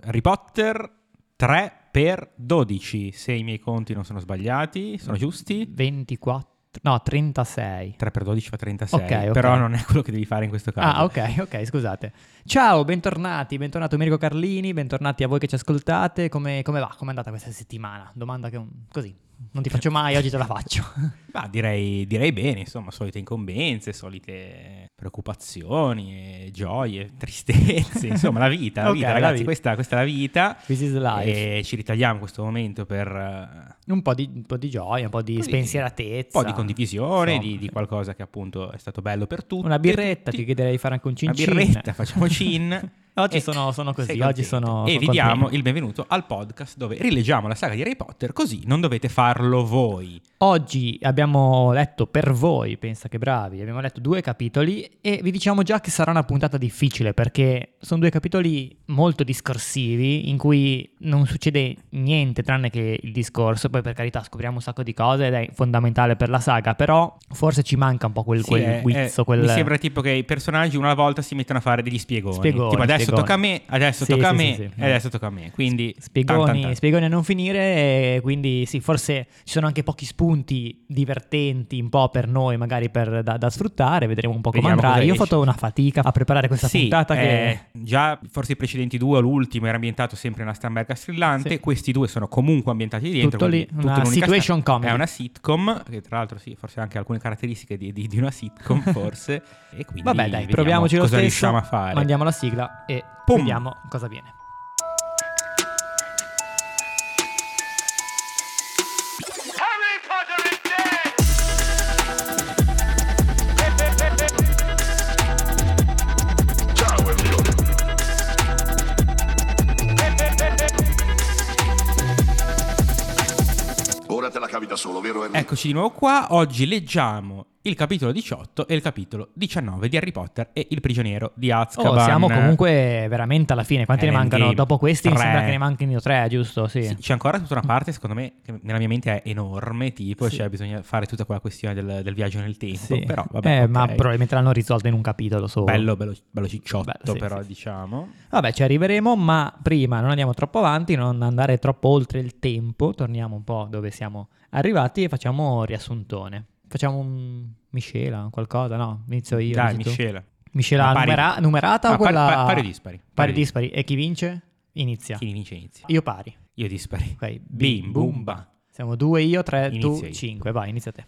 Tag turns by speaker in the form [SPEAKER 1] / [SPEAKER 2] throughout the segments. [SPEAKER 1] Harry Potter 3 per 12, se i miei conti non sono sbagliati, sono giusti.
[SPEAKER 2] 24, no, 36.
[SPEAKER 1] 3 per 12 fa 36,
[SPEAKER 2] Ok, ok.
[SPEAKER 1] però non è quello che devi fare in questo caso.
[SPEAKER 2] Ah, ok, ok, scusate. Ciao, bentornati, bentornato Mirko Carlini, bentornati a voi che ci ascoltate. Come, come va? Com'è andata questa settimana? Domanda che un- così, non ti faccio mai, oggi te la faccio.
[SPEAKER 1] Ma direi, direi bene, insomma, solite incombenze, solite preoccupazioni, eh, gioie, tristezze, insomma, la vita, la
[SPEAKER 2] Ok,
[SPEAKER 1] vita,
[SPEAKER 2] la
[SPEAKER 1] ragazzi,
[SPEAKER 2] vita.
[SPEAKER 1] Questa, questa è la vita.
[SPEAKER 2] This is life.
[SPEAKER 1] E ci ritagliamo questo momento per eh,
[SPEAKER 2] Eh, Un, po di, un po' di gioia, un po' di
[SPEAKER 1] Così,
[SPEAKER 2] spensieratezza.
[SPEAKER 1] un po' di condivisione, di,
[SPEAKER 2] Esatto. Insomma.
[SPEAKER 1] di qualcosa che appunto è stato bello per tutti.
[SPEAKER 2] Una birretta,
[SPEAKER 1] tutti.
[SPEAKER 2] ti chiederei di fare anche un cin
[SPEAKER 1] Una birretta, facciamo cin.
[SPEAKER 2] Oggi
[SPEAKER 1] E-
[SPEAKER 2] sono, sono
[SPEAKER 1] sei
[SPEAKER 2] così,
[SPEAKER 1] contento.
[SPEAKER 2] oggi sono...
[SPEAKER 1] E
[SPEAKER 2] sono
[SPEAKER 1] vi diamo
[SPEAKER 2] contento.
[SPEAKER 1] il benvenuto al podcast dove rileggiamo la saga di Harry Potter, così non dovete farlo voi.
[SPEAKER 2] Oggi abbiamo letto per voi, pensa che bravi, abbiamo letto due capitoli e vi diciamo già che sarà una puntata difficile perché sono due capitoli molto discorsivi in cui non succede niente tranne che il discorso, poi per carità scopriamo un sacco di cose ed è fondamentale per la saga, però forse ci manca un po' quel,
[SPEAKER 1] Sì,
[SPEAKER 2] quel
[SPEAKER 1] è-
[SPEAKER 2] guizzo,
[SPEAKER 1] è-
[SPEAKER 2] quel...
[SPEAKER 1] Mi sembra tipo che i personaggi una volta si mettono a fare degli spiegoni.
[SPEAKER 2] Spiegoni,
[SPEAKER 1] tipo adesso
[SPEAKER 2] spiegoni.
[SPEAKER 1] tocca a me, adesso
[SPEAKER 2] Sì,
[SPEAKER 1] tocca a
[SPEAKER 2] sì,
[SPEAKER 1] me,
[SPEAKER 2] sì, sì.
[SPEAKER 1] e adesso tocca a me. Quindi
[SPEAKER 2] Spiegoni,
[SPEAKER 1] tan, tan, tan.
[SPEAKER 2] spiegoni a non finire, e quindi sì, forse ci sono anche pochi spunti divertenti un po' per noi, magari per- da, da sfruttare, vedremo un po' come
[SPEAKER 1] Vediamo
[SPEAKER 2] andrà.
[SPEAKER 1] cosa
[SPEAKER 2] Io ho
[SPEAKER 1] esce.
[SPEAKER 2] fatto una fatica a preparare questa
[SPEAKER 1] Sì,
[SPEAKER 2] puntata
[SPEAKER 1] eh,
[SPEAKER 2] che...
[SPEAKER 1] già forse i precedenti due, l'ultimo era ambientato sempre in una stamberga strillante,
[SPEAKER 2] Sì.
[SPEAKER 1] questi due sono comunque ambientati lì dentro.
[SPEAKER 2] Tutto lì,
[SPEAKER 1] quindi tutto
[SPEAKER 2] una
[SPEAKER 1] in un'unica
[SPEAKER 2] situation
[SPEAKER 1] sta-
[SPEAKER 2] comedy.
[SPEAKER 1] È una sitcom, che tra l'altro sì, forse ha anche alcune caratteristiche di, di- di una sitcom forse. e quindi
[SPEAKER 2] Vabbè dai,
[SPEAKER 1] vediamo
[SPEAKER 2] proviamoci lo
[SPEAKER 1] cosa
[SPEAKER 2] stesso,
[SPEAKER 1] riusciamo a fare.
[SPEAKER 2] mandiamo la sigla e
[SPEAKER 1] Pum.
[SPEAKER 2] vediamo cosa viene.
[SPEAKER 3] Harry Potter is dead! Ciao Emilio! Ora te la cavi da solo, vero Emilio?
[SPEAKER 1] Eccoci di nuovo qua, oggi leggiamo il capitolo 18 e il capitolo 19 di Harry Potter e il prigioniero di
[SPEAKER 2] Oh,
[SPEAKER 1] Azkaban.
[SPEAKER 2] siamo comunque veramente alla fine, quanti ne
[SPEAKER 1] Endgame.
[SPEAKER 2] mancano? Dopo questi mi
[SPEAKER 1] Eh, Tre.
[SPEAKER 2] sembra che ne manchino tre, giusto? Sì. Mm.
[SPEAKER 1] Sì, c'è ancora tutta una parte, secondo me, che nella mia mente è enorme, tipo,
[SPEAKER 2] Sì.
[SPEAKER 1] cioè bisogna fare tutta quella questione del, del viaggio nel tempo,
[SPEAKER 2] Sì.
[SPEAKER 1] però vabbè,
[SPEAKER 2] Eh, ma
[SPEAKER 1] ok.
[SPEAKER 2] probabilmente l'hanno risolta in un capitolo solo.
[SPEAKER 1] bello, bello, bello cicciotto,
[SPEAKER 2] Bello, sì,
[SPEAKER 1] però
[SPEAKER 2] sì, sì.
[SPEAKER 1] diciamo.
[SPEAKER 2] Vabbè, ci arriveremo, ma prima non andiamo troppo avanti, non andare troppo oltre il tempo, torniamo un po' dove siamo arrivati e facciamo riassuntone. Facciamo un miscela, qualcosa, no? Inizio io.
[SPEAKER 1] Dai,
[SPEAKER 2] inizi tu.
[SPEAKER 1] miscela.
[SPEAKER 2] Miscela
[SPEAKER 1] Ma pari-
[SPEAKER 2] numera- numerata
[SPEAKER 1] Ma
[SPEAKER 2] o
[SPEAKER 1] par-
[SPEAKER 2] quella...
[SPEAKER 1] pa- pari o dispari?
[SPEAKER 2] Pari, dispari. E chi vince? Inizia.
[SPEAKER 1] Chi vince inizia.
[SPEAKER 2] Io pari.
[SPEAKER 1] Io dispari.
[SPEAKER 2] Ok,
[SPEAKER 1] Bim, bum, ba.
[SPEAKER 2] Siamo due io, tre
[SPEAKER 1] Inizio
[SPEAKER 2] tu,
[SPEAKER 1] io.
[SPEAKER 2] cinque. Vai, inizia te.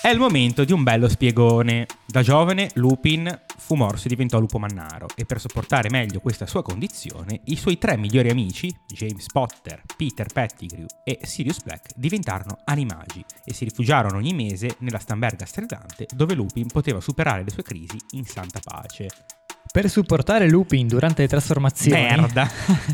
[SPEAKER 1] È il momento di un bello spiegone. Da giovane Lupin fu morso e diventò lupo mannaro e per sopportare meglio questa sua condizione i suoi tre migliori amici, James Potter, Peter Pettigrew e Sirius Black, diventarono animagi e si rifugiarono ogni mese nella stamberga strillante dove Lupin poteva superare le sue crisi in santa pace.
[SPEAKER 2] Per supportare Lupin durante le trasformazioni...
[SPEAKER 1] Merda!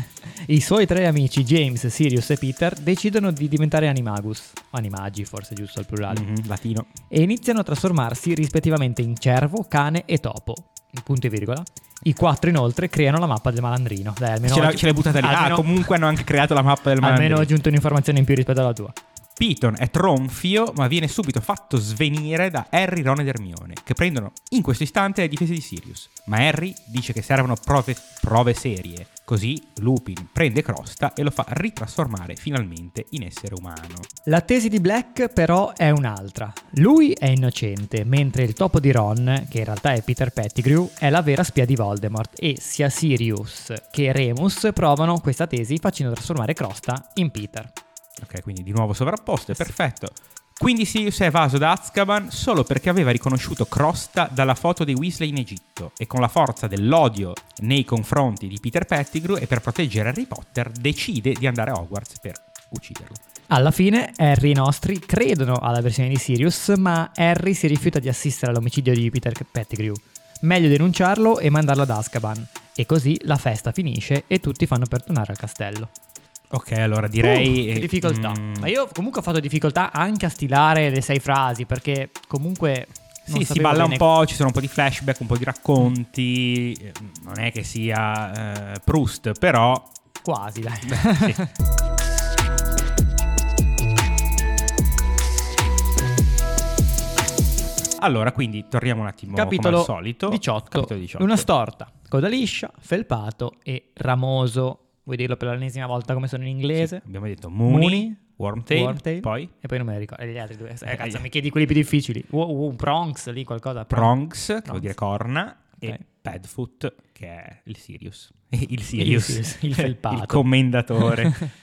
[SPEAKER 2] I suoi tre amici James, Sirius e Peter decidono di diventare animagus, o animagi forse giusto al plurale,
[SPEAKER 1] Mhm, latino.
[SPEAKER 2] e iniziano a trasformarsi rispettivamente in cervo, cane e topo. Punto e virgola. I quattro inoltre creano la mappa del malandrino. Dai, almeno
[SPEAKER 1] Ce, l'ha-
[SPEAKER 2] oggi-
[SPEAKER 1] ce l'hai buttata lì.
[SPEAKER 2] almeno-
[SPEAKER 1] ah, comunque hanno anche creato la mappa del
[SPEAKER 2] Almeno ho
[SPEAKER 1] malandro.
[SPEAKER 2] aggiunto un'informazione in più rispetto alla tua.
[SPEAKER 1] Piton è tronfio, ma viene subito fatto svenire da Harry, Ron ed Hermione, che prendono in questo istante le difese di Sirius. Ma Harry dice che servono prove, prove serie. Così Lupin prende Crosta e lo fa ritrasformare finalmente in essere umano.
[SPEAKER 2] La tesi di Black però è un'altra. Lui è innocente, mentre il topo di Ron, che in realtà è Peter Pettigrew, è la vera spia di Voldemort e sia Sirius che Remus provano questa tesi facendo trasformare Crosta in Peter.
[SPEAKER 1] Ok, quindi di nuovo sovrapposto, è perfetto. Quindi Sirius è evaso da Azkaban solo perché aveva riconosciuto Crosta dalla foto dei Weasley in Egitto e con la forza dell'odio nei confronti di Peter Pettigrew e per proteggere Harry Potter decide di andare a Hogwarts per ucciderlo.
[SPEAKER 2] Alla fine Harry e i nostri credono alla versione di Sirius, ma Harry si rifiuta di assistere all'omicidio di Peter Pettigrew. Meglio denunciarlo e mandarlo ad Azkaban. E così la festa finisce e tutti fanno per tornare al castello.
[SPEAKER 1] Ok, allora direi...
[SPEAKER 2] Uh, che
[SPEAKER 1] eh,
[SPEAKER 2] difficoltà.
[SPEAKER 1] mm,
[SPEAKER 2] Ma io comunque ho fatto difficoltà anche a stilare le sei frasi, perché comunque...
[SPEAKER 1] Sì,
[SPEAKER 2] non
[SPEAKER 1] si
[SPEAKER 2] sapevo
[SPEAKER 1] balla
[SPEAKER 2] bene-
[SPEAKER 1] un po', ci sono un po' di flashback, un po' di racconti, eh, non è che sia eh, Proust, però...
[SPEAKER 2] Quasi, dai.
[SPEAKER 1] sì. Allora, quindi torniamo un attimo
[SPEAKER 2] Capitolo,
[SPEAKER 1] come al solito.
[SPEAKER 2] 18,
[SPEAKER 1] Capitolo 18.
[SPEAKER 2] Una storta, coda liscia, felpato e ramoso. Vuoi dirlo per l'ennesima volta come sono in inglese?
[SPEAKER 1] Abbiamo detto Mooney,
[SPEAKER 2] Mooney,
[SPEAKER 1] Wormtail,
[SPEAKER 2] Wormtail,
[SPEAKER 1] poi
[SPEAKER 2] E poi non me ne ricordo. E gli altri due. Eh, cazzo,
[SPEAKER 1] Eh,
[SPEAKER 2] mi chiedi quelli più difficili. Wow, wow, Prongs lì, qualcosa.
[SPEAKER 1] Prongs, che
[SPEAKER 2] Prongs.
[SPEAKER 1] vuol dire corna,
[SPEAKER 2] Ok.
[SPEAKER 1] e Padfoot, che è il Sirius. il Sirius,
[SPEAKER 2] Sirius, il felpato.
[SPEAKER 1] il commendatore.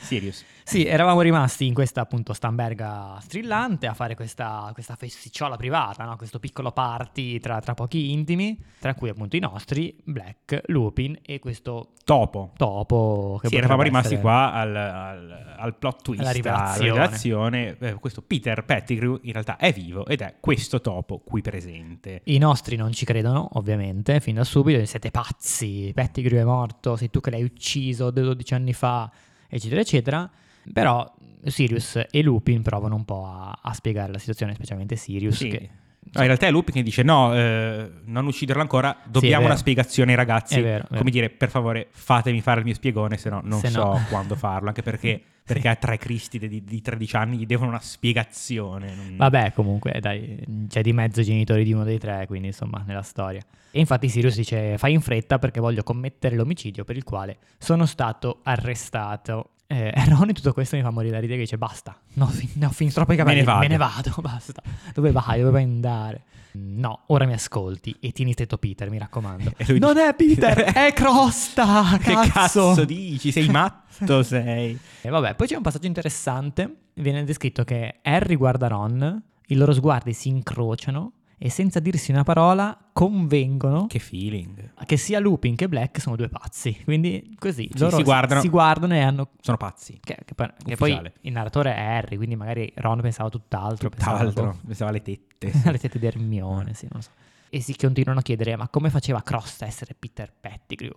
[SPEAKER 1] Sirius.
[SPEAKER 2] Sì, eravamo rimasti in questa appunto stamberga strillante a fare questa, questa festicciola privata, no? questo piccolo party tra, tra pochi intimi, tra cui appunto i nostri, Black, Lupin e questo
[SPEAKER 1] Topo.
[SPEAKER 2] topo che
[SPEAKER 1] Sì,
[SPEAKER 2] potrebbe
[SPEAKER 1] eravamo rimasti
[SPEAKER 2] essere-
[SPEAKER 1] qua al, al- al plot twist, alla
[SPEAKER 2] rivelazione.
[SPEAKER 1] rivelazione. Eh, questo Peter Pettigrew in realtà è vivo ed è questo topo qui presente.
[SPEAKER 2] I nostri non ci credono, ovviamente, fin da subito, siete pazzi, Pettigrew è morto, sei tu che l'hai ucciso 12 anni fa, eccetera, eccetera. Però Sirius e Lupin provano un po' a, a spiegare la situazione, specialmente Sirius.
[SPEAKER 1] Sì.
[SPEAKER 2] Che,
[SPEAKER 1] No, in realtà è Lupin che dice no, eh, non uciderlo ancora, dobbiamo
[SPEAKER 2] vero.
[SPEAKER 1] una spiegazione ai ragazzi.
[SPEAKER 2] È vero, è vero.
[SPEAKER 1] Come dire, per favore fatemi fare il mio spiegone, se no non
[SPEAKER 2] Se
[SPEAKER 1] so
[SPEAKER 2] no.
[SPEAKER 1] quando farlo, anche perché, perché a tre cristi di, di 13 anni gli devono una spiegazione. non-
[SPEAKER 2] Vabbè, comunque, dai, c'è di mezzo i genitori di uno dei tre, quindi insomma, nella storia. E infatti Sirius dice, fai in fretta perché voglio commettere l'omicidio per il quale sono stato arrestato. Eh, e Ron in tutto questo mi fa morire da ridere che dice, basta, no, fin, no, fin troppo i capelli,
[SPEAKER 1] ne vado."
[SPEAKER 2] me ne vado, basta. Dove vai, dove vai a andare? No, ora mi ascolti e tieni tetto Peter, mi raccomando.
[SPEAKER 1] E lui
[SPEAKER 2] non
[SPEAKER 1] dice-
[SPEAKER 2] è Peter, è Crosta,
[SPEAKER 1] Che cazzo dici? Sei matto, sei.
[SPEAKER 2] e vabbè, poi c'è un passaggio interessante. Viene descritto che Harry guarda Ron, i loro sguardi si incrociano e senza dirsi una parola convengono che,
[SPEAKER 1] Che feeling.
[SPEAKER 2] sia Lupin che Black sono due pazzi. Quindi così
[SPEAKER 1] Sì,
[SPEAKER 2] loro
[SPEAKER 1] si guardano.
[SPEAKER 2] si guardano e hanno...
[SPEAKER 1] Sono pazzi.
[SPEAKER 2] Che, che poi, che poi
[SPEAKER 1] Ufficiale.
[SPEAKER 2] il narratore è Harry, quindi magari Ron pensava
[SPEAKER 1] Tra
[SPEAKER 2] tutt'altro. pensava
[SPEAKER 1] l'altro, pensava alle tette. sì.
[SPEAKER 2] alle tette di Hermione, sì, non lo so. E si continuano a chiedere, ma come faceva Cross a essere Peter Pettigrew?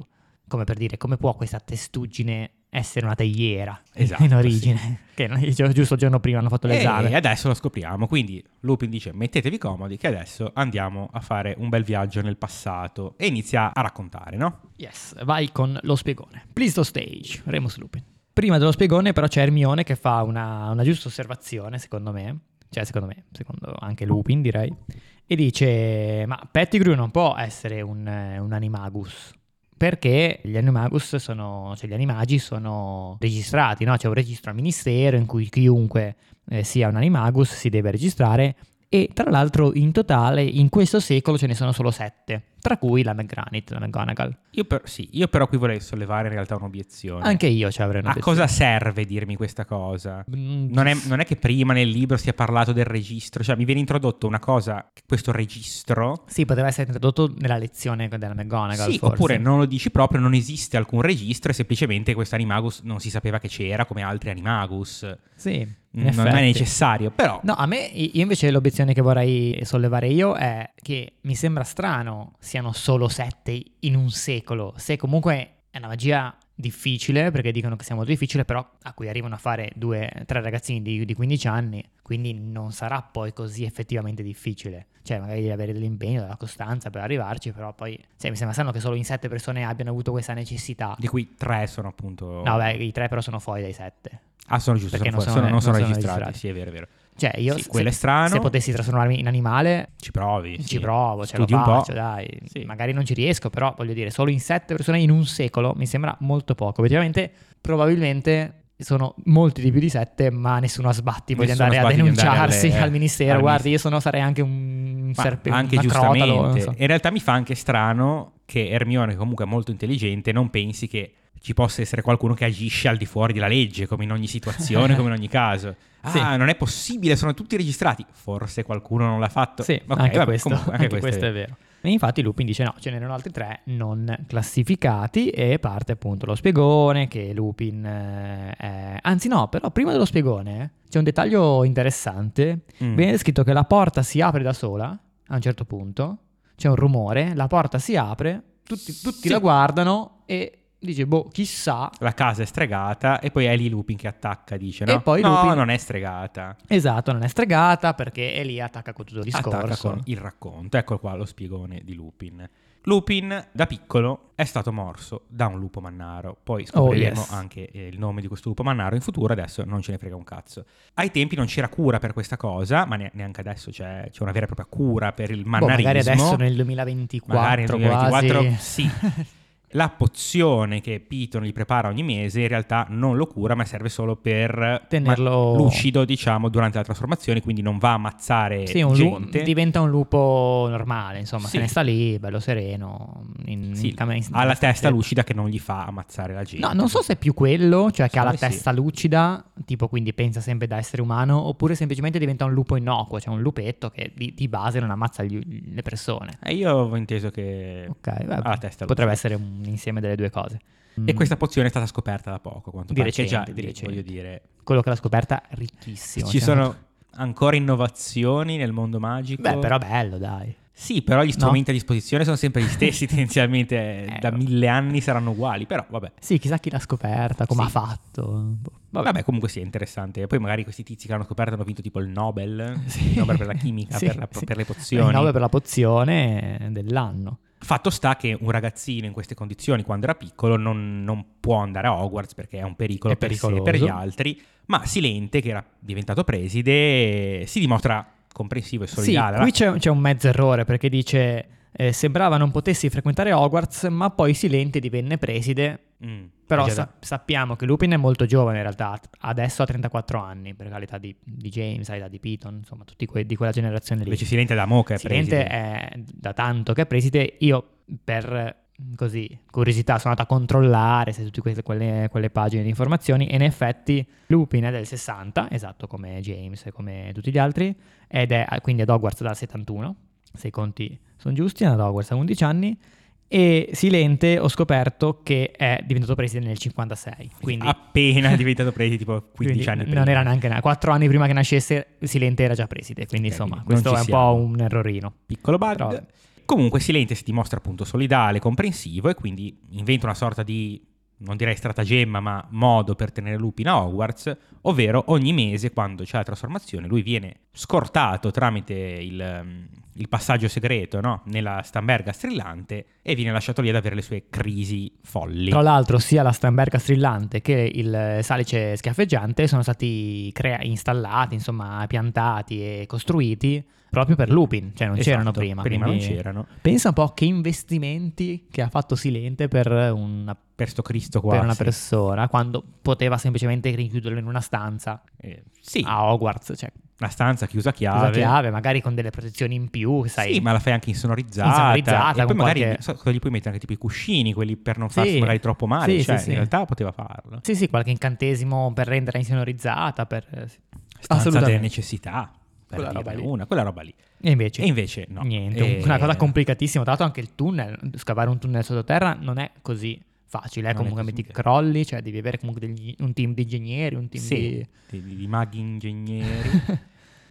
[SPEAKER 2] Come per dire, come può questa testuggine essere una tegliera
[SPEAKER 1] Esatto,
[SPEAKER 2] in origine? Che no, gi- giusto il giorno prima hanno fatto l'esame.
[SPEAKER 1] E adesso lo scopriamo. Quindi Lupin dice: mettetevi comodi, che adesso andiamo a fare un bel viaggio nel passato. E inizia a raccontare, no?
[SPEAKER 2] Yes, vai con lo spiegone. Please the stage, Remus Lupin. Prima dello spiegone però c'è Hermione che fa una, una giusta osservazione, secondo me, cioè secondo me, secondo anche Lupin direi, e dice, ma Pettigrew non può essere un, eh, un animagus, perché gli animagus sono, cioè gli animagi sono registrati, no? C'è un registro al ministero in cui chiunque eh, sia un animagus si deve registrare e tra l'altro in totale in questo secolo ce ne sono solo sette, tra cui la McGranite, la McGonagall.
[SPEAKER 1] Io, per- sì, io però qui vorrei sollevare in realtà un'obiezione.
[SPEAKER 2] Anche io ci avrei una
[SPEAKER 1] a Ah, cosa serve dirmi questa cosa?
[SPEAKER 2] Mm,
[SPEAKER 1] Non è, non è che prima nel libro si è parlato del registro, cioè mi viene introdotto una cosa, questo registro.
[SPEAKER 2] Sì, poteva essere introdotto nella lezione della McGonagall,
[SPEAKER 1] Sì,
[SPEAKER 2] forse.
[SPEAKER 1] oppure non lo dici proprio, non esiste alcun registro e semplicemente questo Animagus non si sapeva che c'era come altri Animagus.
[SPEAKER 2] Sì, in
[SPEAKER 1] Mm, Non
[SPEAKER 2] effetti.
[SPEAKER 1] è necessario, però
[SPEAKER 2] No, a me, io invece l'obiezione che vorrei sollevare io è che mi sembra strano siano solo sette in un secolo, se comunque è una magia difficile, perché dicono che sia molto difficile, però a cui arrivano a fare due, tre ragazzini di, di 15 anni, quindi non sarà poi così effettivamente difficile. Cioè, magari devi avere dell'impegno, della costanza per arrivarci, però poi, cioè, mi sembra strano che solo in sette persone abbiano avuto questa necessità.
[SPEAKER 1] di cui tre sono appunto...
[SPEAKER 2] No, beh, i tre però sono fuori dai sette.
[SPEAKER 1] Ah, sono giusto,
[SPEAKER 2] Perché
[SPEAKER 1] sono
[SPEAKER 2] non
[SPEAKER 1] fuori, sono-
[SPEAKER 2] sono-
[SPEAKER 1] non sono,
[SPEAKER 2] non sono
[SPEAKER 1] registrati.
[SPEAKER 2] registrati.
[SPEAKER 1] Sì, è vero, è vero.
[SPEAKER 2] Cioè, io
[SPEAKER 1] Sì,
[SPEAKER 2] se-
[SPEAKER 1] quello è strano.
[SPEAKER 2] se potessi trasformarmi in animale,
[SPEAKER 1] Ci provi. sì.
[SPEAKER 2] Ci provo, ce
[SPEAKER 1] Studi
[SPEAKER 2] lo
[SPEAKER 1] un po'.
[SPEAKER 2] faccio, dai.
[SPEAKER 1] Sì.
[SPEAKER 2] Magari non ci riesco, però voglio dire, solo in sette persone in un secolo mi sembra molto poco. Effettivamente, probabilmente sono molti di più di sette, ma nessuno ha sbatti poi di
[SPEAKER 1] Nessuno
[SPEAKER 2] andare a
[SPEAKER 1] sbatti di andare
[SPEAKER 2] denunciarsi
[SPEAKER 1] alle-
[SPEAKER 2] al ministero.
[SPEAKER 1] al
[SPEAKER 2] Guardi, io sono, sarei anche un
[SPEAKER 1] Ma
[SPEAKER 2] serpente,
[SPEAKER 1] anche
[SPEAKER 2] un
[SPEAKER 1] giustamente. Esatto.
[SPEAKER 2] acrotalo, non so.
[SPEAKER 1] In realtà mi fa anche strano che Hermione, che comunque è molto intelligente, non pensi che ci possa essere qualcuno che agisce al di fuori della legge, come in ogni situazione, come in ogni caso. Ah,
[SPEAKER 2] Sì.
[SPEAKER 1] non è possibile, sono tutti registrati. Forse qualcuno non l'ha fatto.
[SPEAKER 2] Sì,
[SPEAKER 1] Ok,
[SPEAKER 2] anche,
[SPEAKER 1] vabbè,
[SPEAKER 2] questo,
[SPEAKER 1] comunque,
[SPEAKER 2] anche questo è vero. E infatti Lupin dice no, ce n'erano altri tre non classificati e parte appunto lo spiegone che Lupin... eh, è- Anzi no, però prima dello spiegone c'è un dettaglio interessante.
[SPEAKER 1] Mm.
[SPEAKER 2] Viene descritto che la porta si apre da sola a un certo punto, c'è un rumore, la porta si apre, tutti, tutti
[SPEAKER 1] Sì.
[SPEAKER 2] la guardano e dice boh, chissà...
[SPEAKER 1] La casa è stregata e poi è lì Lupin che attacca, dice no,
[SPEAKER 2] E poi
[SPEAKER 1] no
[SPEAKER 2] Lupin-
[SPEAKER 1] non è stregata.
[SPEAKER 2] Esatto, non è stregata perché è lì attacca con tutto il discorso. Boh,
[SPEAKER 1] attacca con il racconto. Ecco qua lo spiegone di Lupin. Lupin da piccolo è stato morso da un lupo mannaro, poi scopriremo
[SPEAKER 2] Oh, yes.
[SPEAKER 1] anche eh, il nome di questo lupo mannaro in futuro, adesso non ce ne frega un cazzo. Ai tempi non c'era cura per questa cosa, ma ne- neanche adesso c'è, c'è una vera e propria cura per il
[SPEAKER 2] Boh,
[SPEAKER 1] mannarismo.
[SPEAKER 2] magari adesso nel 2024,
[SPEAKER 1] Magari nel 2024
[SPEAKER 2] quasi.
[SPEAKER 1] sì. la pozione che Piton gli prepara ogni mese in realtà non lo cura, ma serve solo per
[SPEAKER 2] Tenerlo-
[SPEAKER 1] ma- lucido, diciamo, durante la trasformazione, quindi non va a ammazzare
[SPEAKER 2] Sì, un lu-
[SPEAKER 1] gente.
[SPEAKER 2] diventa un lupo normale, insomma,
[SPEAKER 1] Sì.
[SPEAKER 2] se ne sta lì, bello sereno. In,
[SPEAKER 1] Sì,
[SPEAKER 2] in cam- in-
[SPEAKER 1] ha la testa
[SPEAKER 2] in-
[SPEAKER 1] lucida che non gli fa ammazzare la gente.
[SPEAKER 2] No, non so se è più quello, cioè che ha la
[SPEAKER 1] Secondo me sì.
[SPEAKER 2] testa lucida, tipo quindi pensa sempre da essere umano, oppure semplicemente diventa un lupo innocuo, cioè un lupetto che di, di base non ammazza gli- le persone.
[SPEAKER 1] Eh, io ho inteso che
[SPEAKER 2] Ok,
[SPEAKER 1] ha
[SPEAKER 2] vabbè,
[SPEAKER 1] la testa lucida.
[SPEAKER 2] potrebbe essere un insieme delle due cose.
[SPEAKER 1] E
[SPEAKER 2] Mm,
[SPEAKER 1] questa pozione è stata scoperta da poco, a quanto
[SPEAKER 2] Di
[SPEAKER 1] pare. C'è
[SPEAKER 2] recente,
[SPEAKER 1] già,
[SPEAKER 2] di
[SPEAKER 1] di-
[SPEAKER 2] recente.
[SPEAKER 1] voglio dire,
[SPEAKER 2] quello che l'ha scoperta ricchissimo.
[SPEAKER 1] ci
[SPEAKER 2] cioè-
[SPEAKER 1] sono ancora innovazioni nel mondo magico.
[SPEAKER 2] Beh, però bello, dai.
[SPEAKER 1] Sì, però gli strumenti a disposizione sono sempre gli stessi, tendenzialmente eh,
[SPEAKER 2] Eh,
[SPEAKER 1] da
[SPEAKER 2] vabbè.
[SPEAKER 1] mille anni saranno uguali, però vabbè.
[SPEAKER 2] Sì, chissà chi l'ha scoperta, come
[SPEAKER 1] Sì.
[SPEAKER 2] ha fatto. boh.
[SPEAKER 1] Vabbè, comunque sì, è interessante. Poi magari questi tizi che l'hanno scoperta hanno vinto tipo il Nobel, il Nobel per la chimica,
[SPEAKER 2] Sì,
[SPEAKER 1] per, la-
[SPEAKER 2] sì.
[SPEAKER 1] per le
[SPEAKER 2] Il
[SPEAKER 1] pozioni.
[SPEAKER 2] nove per la pozione dell'anno.
[SPEAKER 1] Fatto sta che un ragazzino in queste condizioni, quando era piccolo, non, non può andare a Hogwarts perché è un pericolo
[SPEAKER 2] È
[SPEAKER 1] per sé e per
[SPEAKER 2] pericoloso.
[SPEAKER 1] gli altri, ma Silente, che era diventato preside, si dimostra comprensivo e solidale.
[SPEAKER 2] Sì, qui c'è, c'è un mezzo errore perché dice eh, sembrava non potessi frequentare Hogwarts, ma poi Silente divenne preside.
[SPEAKER 1] Mm.
[SPEAKER 2] Però
[SPEAKER 1] Eh, già,
[SPEAKER 2] sa- sappiamo che Lupin è molto giovane in realtà, adesso ha 34 anni, perché all'età di, di James, all'età di Piton, insomma, tutti que- di quella generazione lì.
[SPEAKER 1] Invece Silente è da Moca, è
[SPEAKER 2] Silente
[SPEAKER 1] preside.
[SPEAKER 2] è da tanto che è preside, io per eh, così curiosità sono andato a controllare se tutte queste, quelle, quelle pagine di informazioni e in effetti Lupin è del 60, esatto come James e come tutti gli altri, ed è eh, quindi ad Hogwarts dal 71, se i conti sono giusti, è ad Hogwarts a 11 anni e Silente ho scoperto che è diventato preside nel 56, quindi...
[SPEAKER 1] appena è diventato preside, tipo 15
[SPEAKER 2] quindi
[SPEAKER 1] Ah, anni prima.
[SPEAKER 2] non era neanche na- 4 anni prima che nascesse Silente era già preside, quindi
[SPEAKER 1] Ok,
[SPEAKER 2] insomma
[SPEAKER 1] quindi non
[SPEAKER 2] questo è un
[SPEAKER 1] ci siamo.
[SPEAKER 2] po' un errorino.
[SPEAKER 1] piccolo bug.
[SPEAKER 2] Però vabbè.
[SPEAKER 1] Comunque Silente si dimostra appunto solidale, comprensivo e quindi inventa una sorta di, non direi stratagemma, ma modo per tenere Lupin a Hogwarts, ovvero ogni mese quando c'è la trasformazione lui viene scortato tramite il, ehm, il passaggio segreto no? nella Stamberga strillante e viene lasciato lì ad avere le sue crisi folli.
[SPEAKER 2] Tra l'altro sia la Stamberga strillante che il eh, salice schiaffeggiante sono stati crea- installati, insomma, piantati e costruiti proprio per Lupin, cioè non
[SPEAKER 1] Esatto,
[SPEAKER 2] c'erano prima.
[SPEAKER 1] Prima
[SPEAKER 2] quindi
[SPEAKER 1] non c'erano.
[SPEAKER 2] Pensa un po' che investimenti che ha fatto Silente per una,
[SPEAKER 1] Per sto Cristo qua.
[SPEAKER 2] per una
[SPEAKER 1] sì.
[SPEAKER 2] persona quando poteva semplicemente rinchiuderlo in una stanza
[SPEAKER 1] Eh, sì,
[SPEAKER 2] a Hogwarts, cioè
[SPEAKER 1] una stanza chiusa a
[SPEAKER 2] chiave.
[SPEAKER 1] chiave.
[SPEAKER 2] chiave, magari con delle protezioni in più, sai.
[SPEAKER 1] Sì, ma la fai anche insonorizzata.
[SPEAKER 2] Insonorizzata,
[SPEAKER 1] e poi
[SPEAKER 2] con
[SPEAKER 1] magari
[SPEAKER 2] qualche-
[SPEAKER 1] so- cosa gli puoi mettere anche tipo i cuscini, quelli per non
[SPEAKER 2] Sì.
[SPEAKER 1] farsi magari troppo male.
[SPEAKER 2] Sì,
[SPEAKER 1] cioè,
[SPEAKER 2] sì, sì.
[SPEAKER 1] in realtà poteva farlo.
[SPEAKER 2] Sì, sì, qualche incantesimo per renderla insonorizzata, per... eh, sì.
[SPEAKER 1] Stanza delle
[SPEAKER 2] Assolutamente.
[SPEAKER 1] necessità. Per
[SPEAKER 2] Quella
[SPEAKER 1] dirne
[SPEAKER 2] roba lì.
[SPEAKER 1] una, quella roba lì.
[SPEAKER 2] E invece...
[SPEAKER 1] E invece no.
[SPEAKER 2] Niente,
[SPEAKER 1] Eh,
[SPEAKER 2] una cosa complicatissima. Tra l'altro anche il tunnel, scavare un tunnel sottoterra non è così facile, eh,
[SPEAKER 1] Non è
[SPEAKER 2] comunque
[SPEAKER 1] così
[SPEAKER 2] metti
[SPEAKER 1] mica.
[SPEAKER 2] crolli, cioè devi avere comunque degli- un team di ingegneri, un team
[SPEAKER 1] Sì,
[SPEAKER 2] di...
[SPEAKER 1] di, di maghi ingegneri.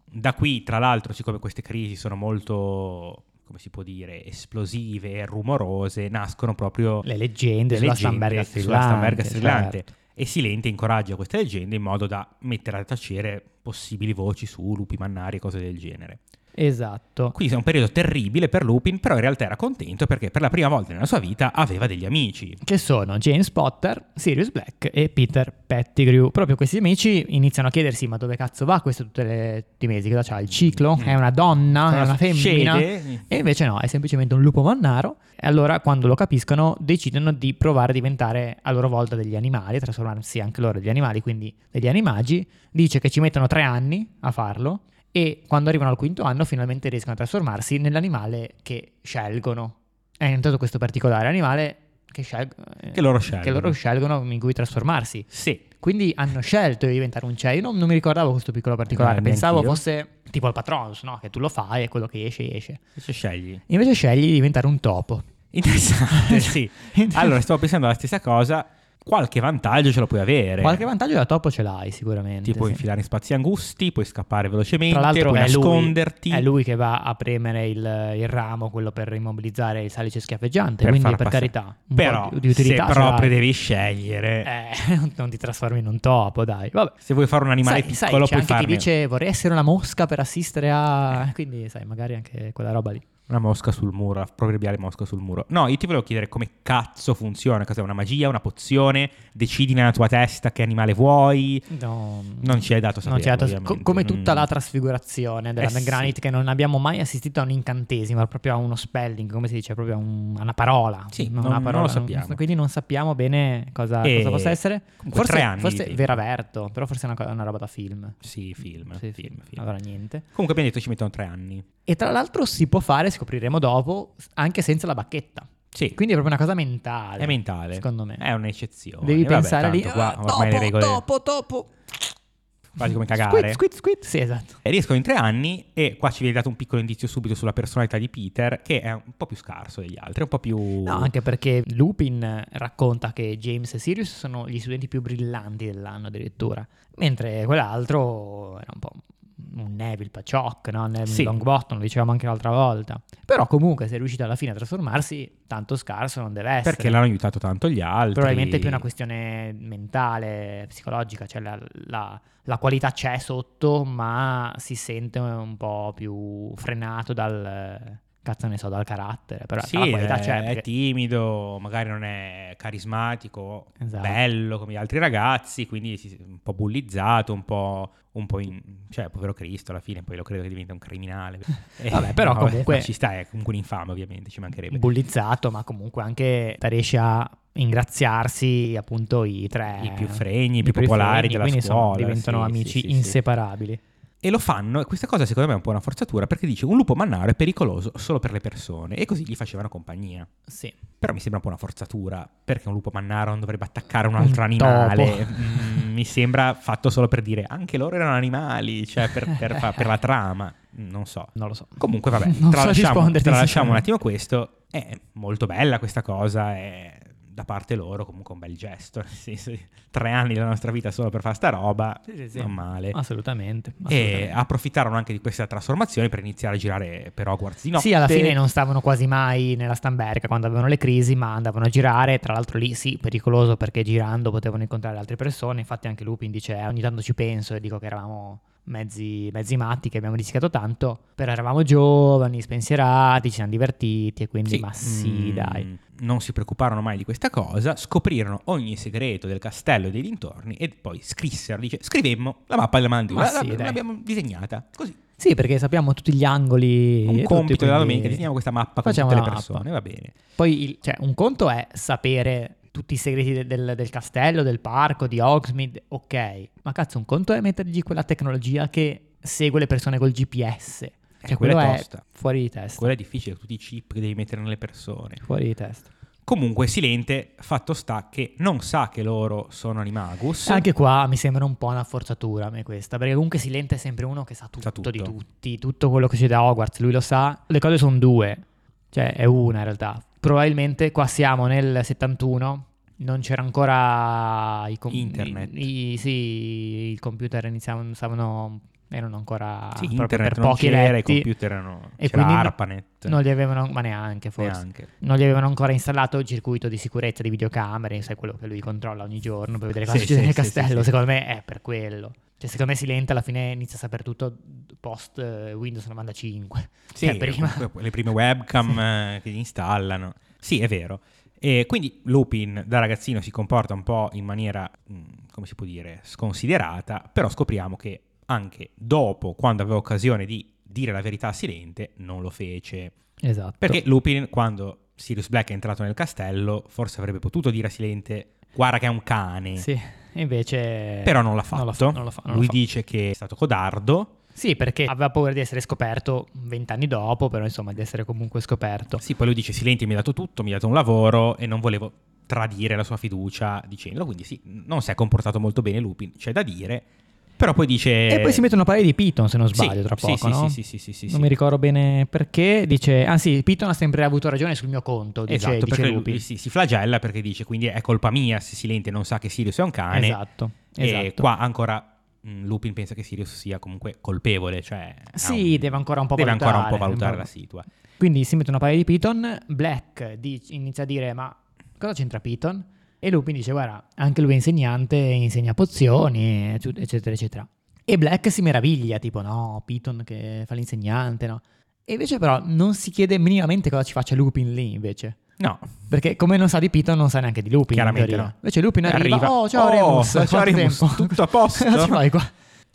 [SPEAKER 1] da qui, tra l'altro, siccome queste crisi sono molto, come si può dire, esplosive e rumorose, nascono proprio
[SPEAKER 2] Le
[SPEAKER 1] le
[SPEAKER 2] leggende sulla
[SPEAKER 1] leggende
[SPEAKER 2] Stamberga
[SPEAKER 1] sulla Stamberga
[SPEAKER 2] strillante,
[SPEAKER 1] strillante.
[SPEAKER 2] certo.
[SPEAKER 1] E Silente incoraggia queste leggende in modo da mettere a tacere possibili voci su lupi mannari e cose del genere.
[SPEAKER 2] Esatto.
[SPEAKER 1] Quindi è un periodo terribile per Lupin, però in realtà era contento perché per la prima volta nella sua vita aveva degli amici.
[SPEAKER 2] Che sono James Potter, Sirius Black e Peter Pettigrew. Proprio questi amici iniziano a chiedersi ma dove cazzo va questo tutte le- tutti i mesi? Cosa c'ha? Il ciclo?
[SPEAKER 1] Mm.
[SPEAKER 2] È una donna?
[SPEAKER 1] Cioè,
[SPEAKER 2] è una femmina? Eh.
[SPEAKER 1] Succede-
[SPEAKER 2] E invece no, è semplicemente un lupo mannaro. E allora, quando lo capiscono, decidono di provare a diventare a loro volta degli animali, trasformarsi anche loro degli animali, quindi degli animagi. Dice che ci mettono tre anni a farlo. E quando arrivano al quinto anno, finalmente riescono a trasformarsi nell'animale che scelgono. È entrato questo particolare animale che, scel-
[SPEAKER 1] Che loro scelgono.
[SPEAKER 2] che loro scelgono in cui trasformarsi.
[SPEAKER 1] Sì,
[SPEAKER 2] Quindi hanno scelto di diventare un CEI. Non, non mi ricordavo questo piccolo particolare.
[SPEAKER 1] neanche
[SPEAKER 2] Pensavo
[SPEAKER 1] io.
[SPEAKER 2] fosse tipo il patronus, no? Che tu lo fai e quello che esce, esce.
[SPEAKER 1] invece scegli.
[SPEAKER 2] Invece scegli di diventare un topo.
[SPEAKER 1] Interessante, Eh, sì. Allora, stavo pensando alla stessa cosa. Qualche vantaggio ce lo puoi avere.
[SPEAKER 2] Qualche vantaggio da topo ce l'hai sicuramente.
[SPEAKER 1] Ti puoi
[SPEAKER 2] sì.
[SPEAKER 1] infilare in spazi angusti, puoi scappare
[SPEAKER 2] Tra
[SPEAKER 1] velocemente,
[SPEAKER 2] l'altro
[SPEAKER 1] puoi
[SPEAKER 2] è lui,
[SPEAKER 1] nasconderti.
[SPEAKER 2] è lui che va a premere il, il ramo, quello per immobilizzare il salice schiaffeggiante.
[SPEAKER 1] per
[SPEAKER 2] quindi
[SPEAKER 1] far
[SPEAKER 2] per
[SPEAKER 1] passare.
[SPEAKER 2] carità, un
[SPEAKER 1] Però,
[SPEAKER 2] po' di, di utilità.
[SPEAKER 1] se
[SPEAKER 2] ce
[SPEAKER 1] proprio
[SPEAKER 2] l'hai.
[SPEAKER 1] devi scegliere,
[SPEAKER 2] Eh, non- non ti trasformi in un topo, dai. Vabbè.
[SPEAKER 1] se vuoi fare un animale
[SPEAKER 2] sai, sai,
[SPEAKER 1] piccolo,
[SPEAKER 2] c'è
[SPEAKER 1] puoi
[SPEAKER 2] anche
[SPEAKER 1] farne.
[SPEAKER 2] chi dice vorrei essere una mosca per assistere a... Quindi sai, magari anche quella roba lì.
[SPEAKER 1] Una mosca sul muro, la proverbiale mosca sul muro. No, io ti volevo chiedere come cazzo funziona, cos'è una magia, una pozione, decidi nella tua testa che animale vuoi.
[SPEAKER 2] No.
[SPEAKER 1] Non ci hai dato
[SPEAKER 2] Non
[SPEAKER 1] sapere.
[SPEAKER 2] c'è altro-
[SPEAKER 1] ovviamente.
[SPEAKER 2] co- come tutta
[SPEAKER 1] Non-
[SPEAKER 2] la trasfigurazione della
[SPEAKER 1] Eh,
[SPEAKER 2] Granite,
[SPEAKER 1] sì.
[SPEAKER 2] che non abbiamo mai assistito a un incantesimo, ma proprio a uno spelling, come si dice, proprio a, un- a una parola.
[SPEAKER 1] Sì,
[SPEAKER 2] una
[SPEAKER 1] non- non lo
[SPEAKER 2] parola,
[SPEAKER 1] sappiamo.
[SPEAKER 2] quindi non sappiamo bene cosa,
[SPEAKER 1] E-
[SPEAKER 2] cosa possa essere.
[SPEAKER 1] comunque
[SPEAKER 2] Forse,
[SPEAKER 1] tre anni
[SPEAKER 2] forse
[SPEAKER 1] di-
[SPEAKER 2] Veraverto, però forse è una, co- una roba da film.
[SPEAKER 1] Mm. Sì, film.
[SPEAKER 2] Sì, sì,
[SPEAKER 1] film, film.
[SPEAKER 2] Allora niente.
[SPEAKER 1] Comunque abbiamo detto ci mettono tre anni.
[SPEAKER 2] E tra l'altro si può fare, scopriremo dopo, s- anche senza la bacchetta.
[SPEAKER 1] Sì,
[SPEAKER 2] Quindi è proprio una cosa mentale.
[SPEAKER 1] è mentale.
[SPEAKER 2] Secondo me.
[SPEAKER 1] È un'eccezione.
[SPEAKER 2] Devi
[SPEAKER 1] E vabbè,
[SPEAKER 2] pensare lì.
[SPEAKER 1] tanto Qua,
[SPEAKER 2] "Ah,
[SPEAKER 1] ormai le regole
[SPEAKER 2] topo, topo.
[SPEAKER 1] quasi come
[SPEAKER 2] Squid,
[SPEAKER 1] cagare.
[SPEAKER 2] squid, squid. Sì, esatto.
[SPEAKER 1] E riescono in tre anni e qua ci viene dato un piccolo indizio subito sulla personalità di Peter, che è un po' più scarso degli altri, un po' più...
[SPEAKER 2] No, anche perché Lupin racconta che James e Sirius sono gli studenti più brillanti dell'anno addirittura, mentre quell'altro era un po' un Neville Paciocco, no? Neville
[SPEAKER 1] Sì.
[SPEAKER 2] Longbottom, lo dicevamo anche l'altra volta. Però comunque se è riuscito alla fine a trasformarsi, tanto scarso non deve essere.
[SPEAKER 1] perché l'hanno aiutato tanto gli altri.
[SPEAKER 2] Probabilmente è più una questione mentale, psicologica, cioè la, la- la qualità c'è sotto, ma si sente un po' più frenato dal... Cazzo ne so, dal carattere, però
[SPEAKER 1] Sì, eh,
[SPEAKER 2] la qualità
[SPEAKER 1] è,
[SPEAKER 2] c'è.
[SPEAKER 1] è
[SPEAKER 2] perché-
[SPEAKER 1] timido, magari non è carismatico,
[SPEAKER 2] Esatto.
[SPEAKER 1] bello come gli altri ragazzi, quindi si- un po' bullizzato, un po'... Un po' in, cioè, povero Cristo, alla fine poi lo credo che diventa un criminale. Eh,
[SPEAKER 2] Vabbè, però comunque-
[SPEAKER 1] ma Ci sta, è comunque un infame, ovviamente, ci mancherebbe.
[SPEAKER 2] bullizzato, ma comunque anche riesce a ingraziarsi appunto i tre
[SPEAKER 1] I più fregni, i
[SPEAKER 2] eh, i
[SPEAKER 1] più popolari
[SPEAKER 2] fregni,
[SPEAKER 1] della
[SPEAKER 2] quindi, insomma,
[SPEAKER 1] scuola. sì,
[SPEAKER 2] diventano
[SPEAKER 1] sì,
[SPEAKER 2] amici
[SPEAKER 1] sì, sì.
[SPEAKER 2] inseparabili.
[SPEAKER 1] E lo fanno, e questa cosa secondo me è un po' una forzatura, perché dice un lupo mannaro è pericoloso solo per le persone, e così gli facevano compagnia.
[SPEAKER 2] Sì.
[SPEAKER 1] Però mi sembra un po' una forzatura, perché un lupo mannaro non dovrebbe attaccare un altro
[SPEAKER 2] Un
[SPEAKER 1] animale.
[SPEAKER 2] topo.
[SPEAKER 1] Mm, mi sembra fatto solo per dire, anche loro erano animali, cioè per, per fa- per la trama, Mm, non so.
[SPEAKER 2] Non lo so.
[SPEAKER 1] Comunque vabbè,
[SPEAKER 2] Non so
[SPEAKER 1] tralasciamo,
[SPEAKER 2] risponderti,
[SPEAKER 1] tralasciamo un
[SPEAKER 2] sinceramente.
[SPEAKER 1] attimo questo, è molto bella questa cosa, è da parte loro comunque un bel gesto, nel senso, tre anni della nostra vita solo per fare sta roba,
[SPEAKER 2] Sì, sì, sì.
[SPEAKER 1] non male.
[SPEAKER 2] Assolutamente.
[SPEAKER 1] eh. E
[SPEAKER 2] assolutamente.
[SPEAKER 1] approfittarono anche di questa trasformazione per iniziare a girare per Hogwarts di notte.
[SPEAKER 2] Sì, alla fine non stavano quasi mai nella Stamberga quando avevano le crisi, ma andavano a girare. Tra l'altro lì sì, pericoloso perché girando potevano incontrare altre persone. Infatti anche Lupin dice, "Eh, ogni tanto ci penso e dico che eravamo mezzi, mezzi matti, che abbiamo rischiato tanto. Però eravamo giovani, spensierati, ci siamo divertiti e quindi
[SPEAKER 1] Sì.
[SPEAKER 2] ma
[SPEAKER 1] Mm,
[SPEAKER 2] sì, dai.
[SPEAKER 1] Non si preoccuparono mai di questa cosa, scoprirono ogni segreto del castello e dei dintorni e poi scrissero, dice, scrivemmo la mappa della
[SPEAKER 2] Ma
[SPEAKER 1] mandibula,
[SPEAKER 2] sì,
[SPEAKER 1] la-
[SPEAKER 2] dai.
[SPEAKER 1] l'abbiamo disegnata, così,
[SPEAKER 2] Sì, perché sappiamo tutti gli angoli. e
[SPEAKER 1] un
[SPEAKER 2] tutti,
[SPEAKER 1] compito della
[SPEAKER 2] quindi-
[SPEAKER 1] domenica, disegniamo questa mappa con
[SPEAKER 2] Facciamo
[SPEAKER 1] tutte le
[SPEAKER 2] la mappa.
[SPEAKER 1] persone, va bene.
[SPEAKER 2] Poi, il- cioè, un conto è sapere tutti i segreti de- del, del castello, del parco, di Hogsmeade, ok. Ma cazzo, un conto è mettergli quella tecnologia che segue le persone col GPS. Cioè,
[SPEAKER 1] quella
[SPEAKER 2] quello
[SPEAKER 1] è
[SPEAKER 2] è
[SPEAKER 1] tosta.
[SPEAKER 2] fuori di testa.
[SPEAKER 1] Quello è difficile, tutti i chip che devi mettere nelle persone.
[SPEAKER 2] Fuori di testa.
[SPEAKER 1] Comunque Silente, fatto sta che non sa che loro sono animagus.
[SPEAKER 2] Anche qua mi sembra un po' una forzatura a me questa, perché comunque Silente è sempre uno che sa tutto,
[SPEAKER 1] Sa tutto.
[SPEAKER 2] di tutti, tutto quello che c'è da Hogwarts, lui lo sa. Le cose sono due, cioè è una in realtà. Probabilmente qua siamo nel 71, non c'era ancora i com-
[SPEAKER 1] Internet.
[SPEAKER 2] i- i- sì, i computer iniziavano, stavano- erano ancora
[SPEAKER 1] Sì,
[SPEAKER 2] proprio
[SPEAKER 1] internet
[SPEAKER 2] per
[SPEAKER 1] non
[SPEAKER 2] pochi
[SPEAKER 1] c'era, i
[SPEAKER 2] eletti,
[SPEAKER 1] computer erano,
[SPEAKER 2] E
[SPEAKER 1] c'era
[SPEAKER 2] quindi no-
[SPEAKER 1] ARPANET,
[SPEAKER 2] non li avevano, ma neanche forse
[SPEAKER 1] neanche.
[SPEAKER 2] non gli avevano ancora installato il circuito di sicurezza di videocamere, sai quello che lui controlla ogni giorno per vedere cosa
[SPEAKER 1] Sì,
[SPEAKER 2] succede
[SPEAKER 1] sì,
[SPEAKER 2] nel
[SPEAKER 1] sì,
[SPEAKER 2] castello,
[SPEAKER 1] sì, sì.
[SPEAKER 2] secondo me è per quello. Cioè, secondo me Silente alla fine inizia a sapere tutto post eh, Windows 95.
[SPEAKER 1] Sì,
[SPEAKER 2] Cioè, prima-
[SPEAKER 1] comunque le prime webcam eh, che gli installano. Sì, è vero. E quindi Lupin da ragazzino si comporta un po' in maniera, mh, come si può dire, sconsiderata, però scopriamo che anche dopo, quando aveva occasione di dire la verità a Silente, non lo fece.
[SPEAKER 2] Esatto.
[SPEAKER 1] Perché Lupin, quando Sirius Black è entrato nel castello, forse avrebbe potuto dire a Silente, guarda che è un cane,
[SPEAKER 2] Sì, e invece...
[SPEAKER 1] però non l'ha
[SPEAKER 2] Non
[SPEAKER 1] fatto.
[SPEAKER 2] l'ha fa- non l'ha fa- non l'ha
[SPEAKER 1] Lui
[SPEAKER 2] fa-
[SPEAKER 1] dice che è stato codardo,
[SPEAKER 2] Sì, perché aveva paura di essere scoperto vent'anni dopo, però insomma di essere comunque scoperto.
[SPEAKER 1] Sì, poi lui dice Silenti mi ha dato tutto, mi ha dato un lavoro e non volevo tradire la sua fiducia dicendolo, quindi sì, non si è comportato molto bene Lupin, c'è da dire, però poi dice...
[SPEAKER 2] E poi si mettono a parlare di Python, se non
[SPEAKER 1] Sì,
[SPEAKER 2] sbaglio, tra
[SPEAKER 1] sì,
[SPEAKER 2] poco,
[SPEAKER 1] sì,
[SPEAKER 2] no?
[SPEAKER 1] sì, sì, sì, sì,
[SPEAKER 2] non
[SPEAKER 1] sì.
[SPEAKER 2] mi ricordo bene perché. Dice... Ah sì, Python ha sempre avuto ragione sul mio conto, dice,
[SPEAKER 1] Esatto,
[SPEAKER 2] dice
[SPEAKER 1] perché
[SPEAKER 2] Lupin.
[SPEAKER 1] lui si, si flagella perché dice quindi è colpa mia se Silente non sa che Sirius è un cane
[SPEAKER 2] Esatto,
[SPEAKER 1] e
[SPEAKER 2] esatto.
[SPEAKER 1] qua ancora mh, Lupin pensa che Sirius sia comunque colpevole, cioè... ha
[SPEAKER 2] Sì,
[SPEAKER 1] un-
[SPEAKER 2] deve ancora un po'
[SPEAKER 1] deve
[SPEAKER 2] valutare.
[SPEAKER 1] ancora un po' valutare la
[SPEAKER 2] Deve-
[SPEAKER 1] situa.
[SPEAKER 2] Quindi si mettono a parlare di Python, Black dice- inizia a dire ma cosa c'entra Python? E Lupin dice guarda, anche lui è insegnante, insegna pozioni, ecc- eccetera, eccetera. E Black si meraviglia, tipo no, Python che fa l'insegnante, no? E invece però non si chiede minimamente cosa ci faccia Lupin lì invece.
[SPEAKER 1] No,
[SPEAKER 2] Perché come non sa di Piton non sa neanche di Lupin. in
[SPEAKER 1] Chiaramente
[SPEAKER 2] teoria.
[SPEAKER 1] no.
[SPEAKER 2] Invece Lupin arriva.
[SPEAKER 1] Arriva.
[SPEAKER 2] Oh, ciao
[SPEAKER 1] Oh,
[SPEAKER 2] Remus.
[SPEAKER 1] ciao,
[SPEAKER 2] quanto
[SPEAKER 1] Remus,
[SPEAKER 2] tempo?"
[SPEAKER 1] tutto a posto?
[SPEAKER 2] Cosa ci fai qua?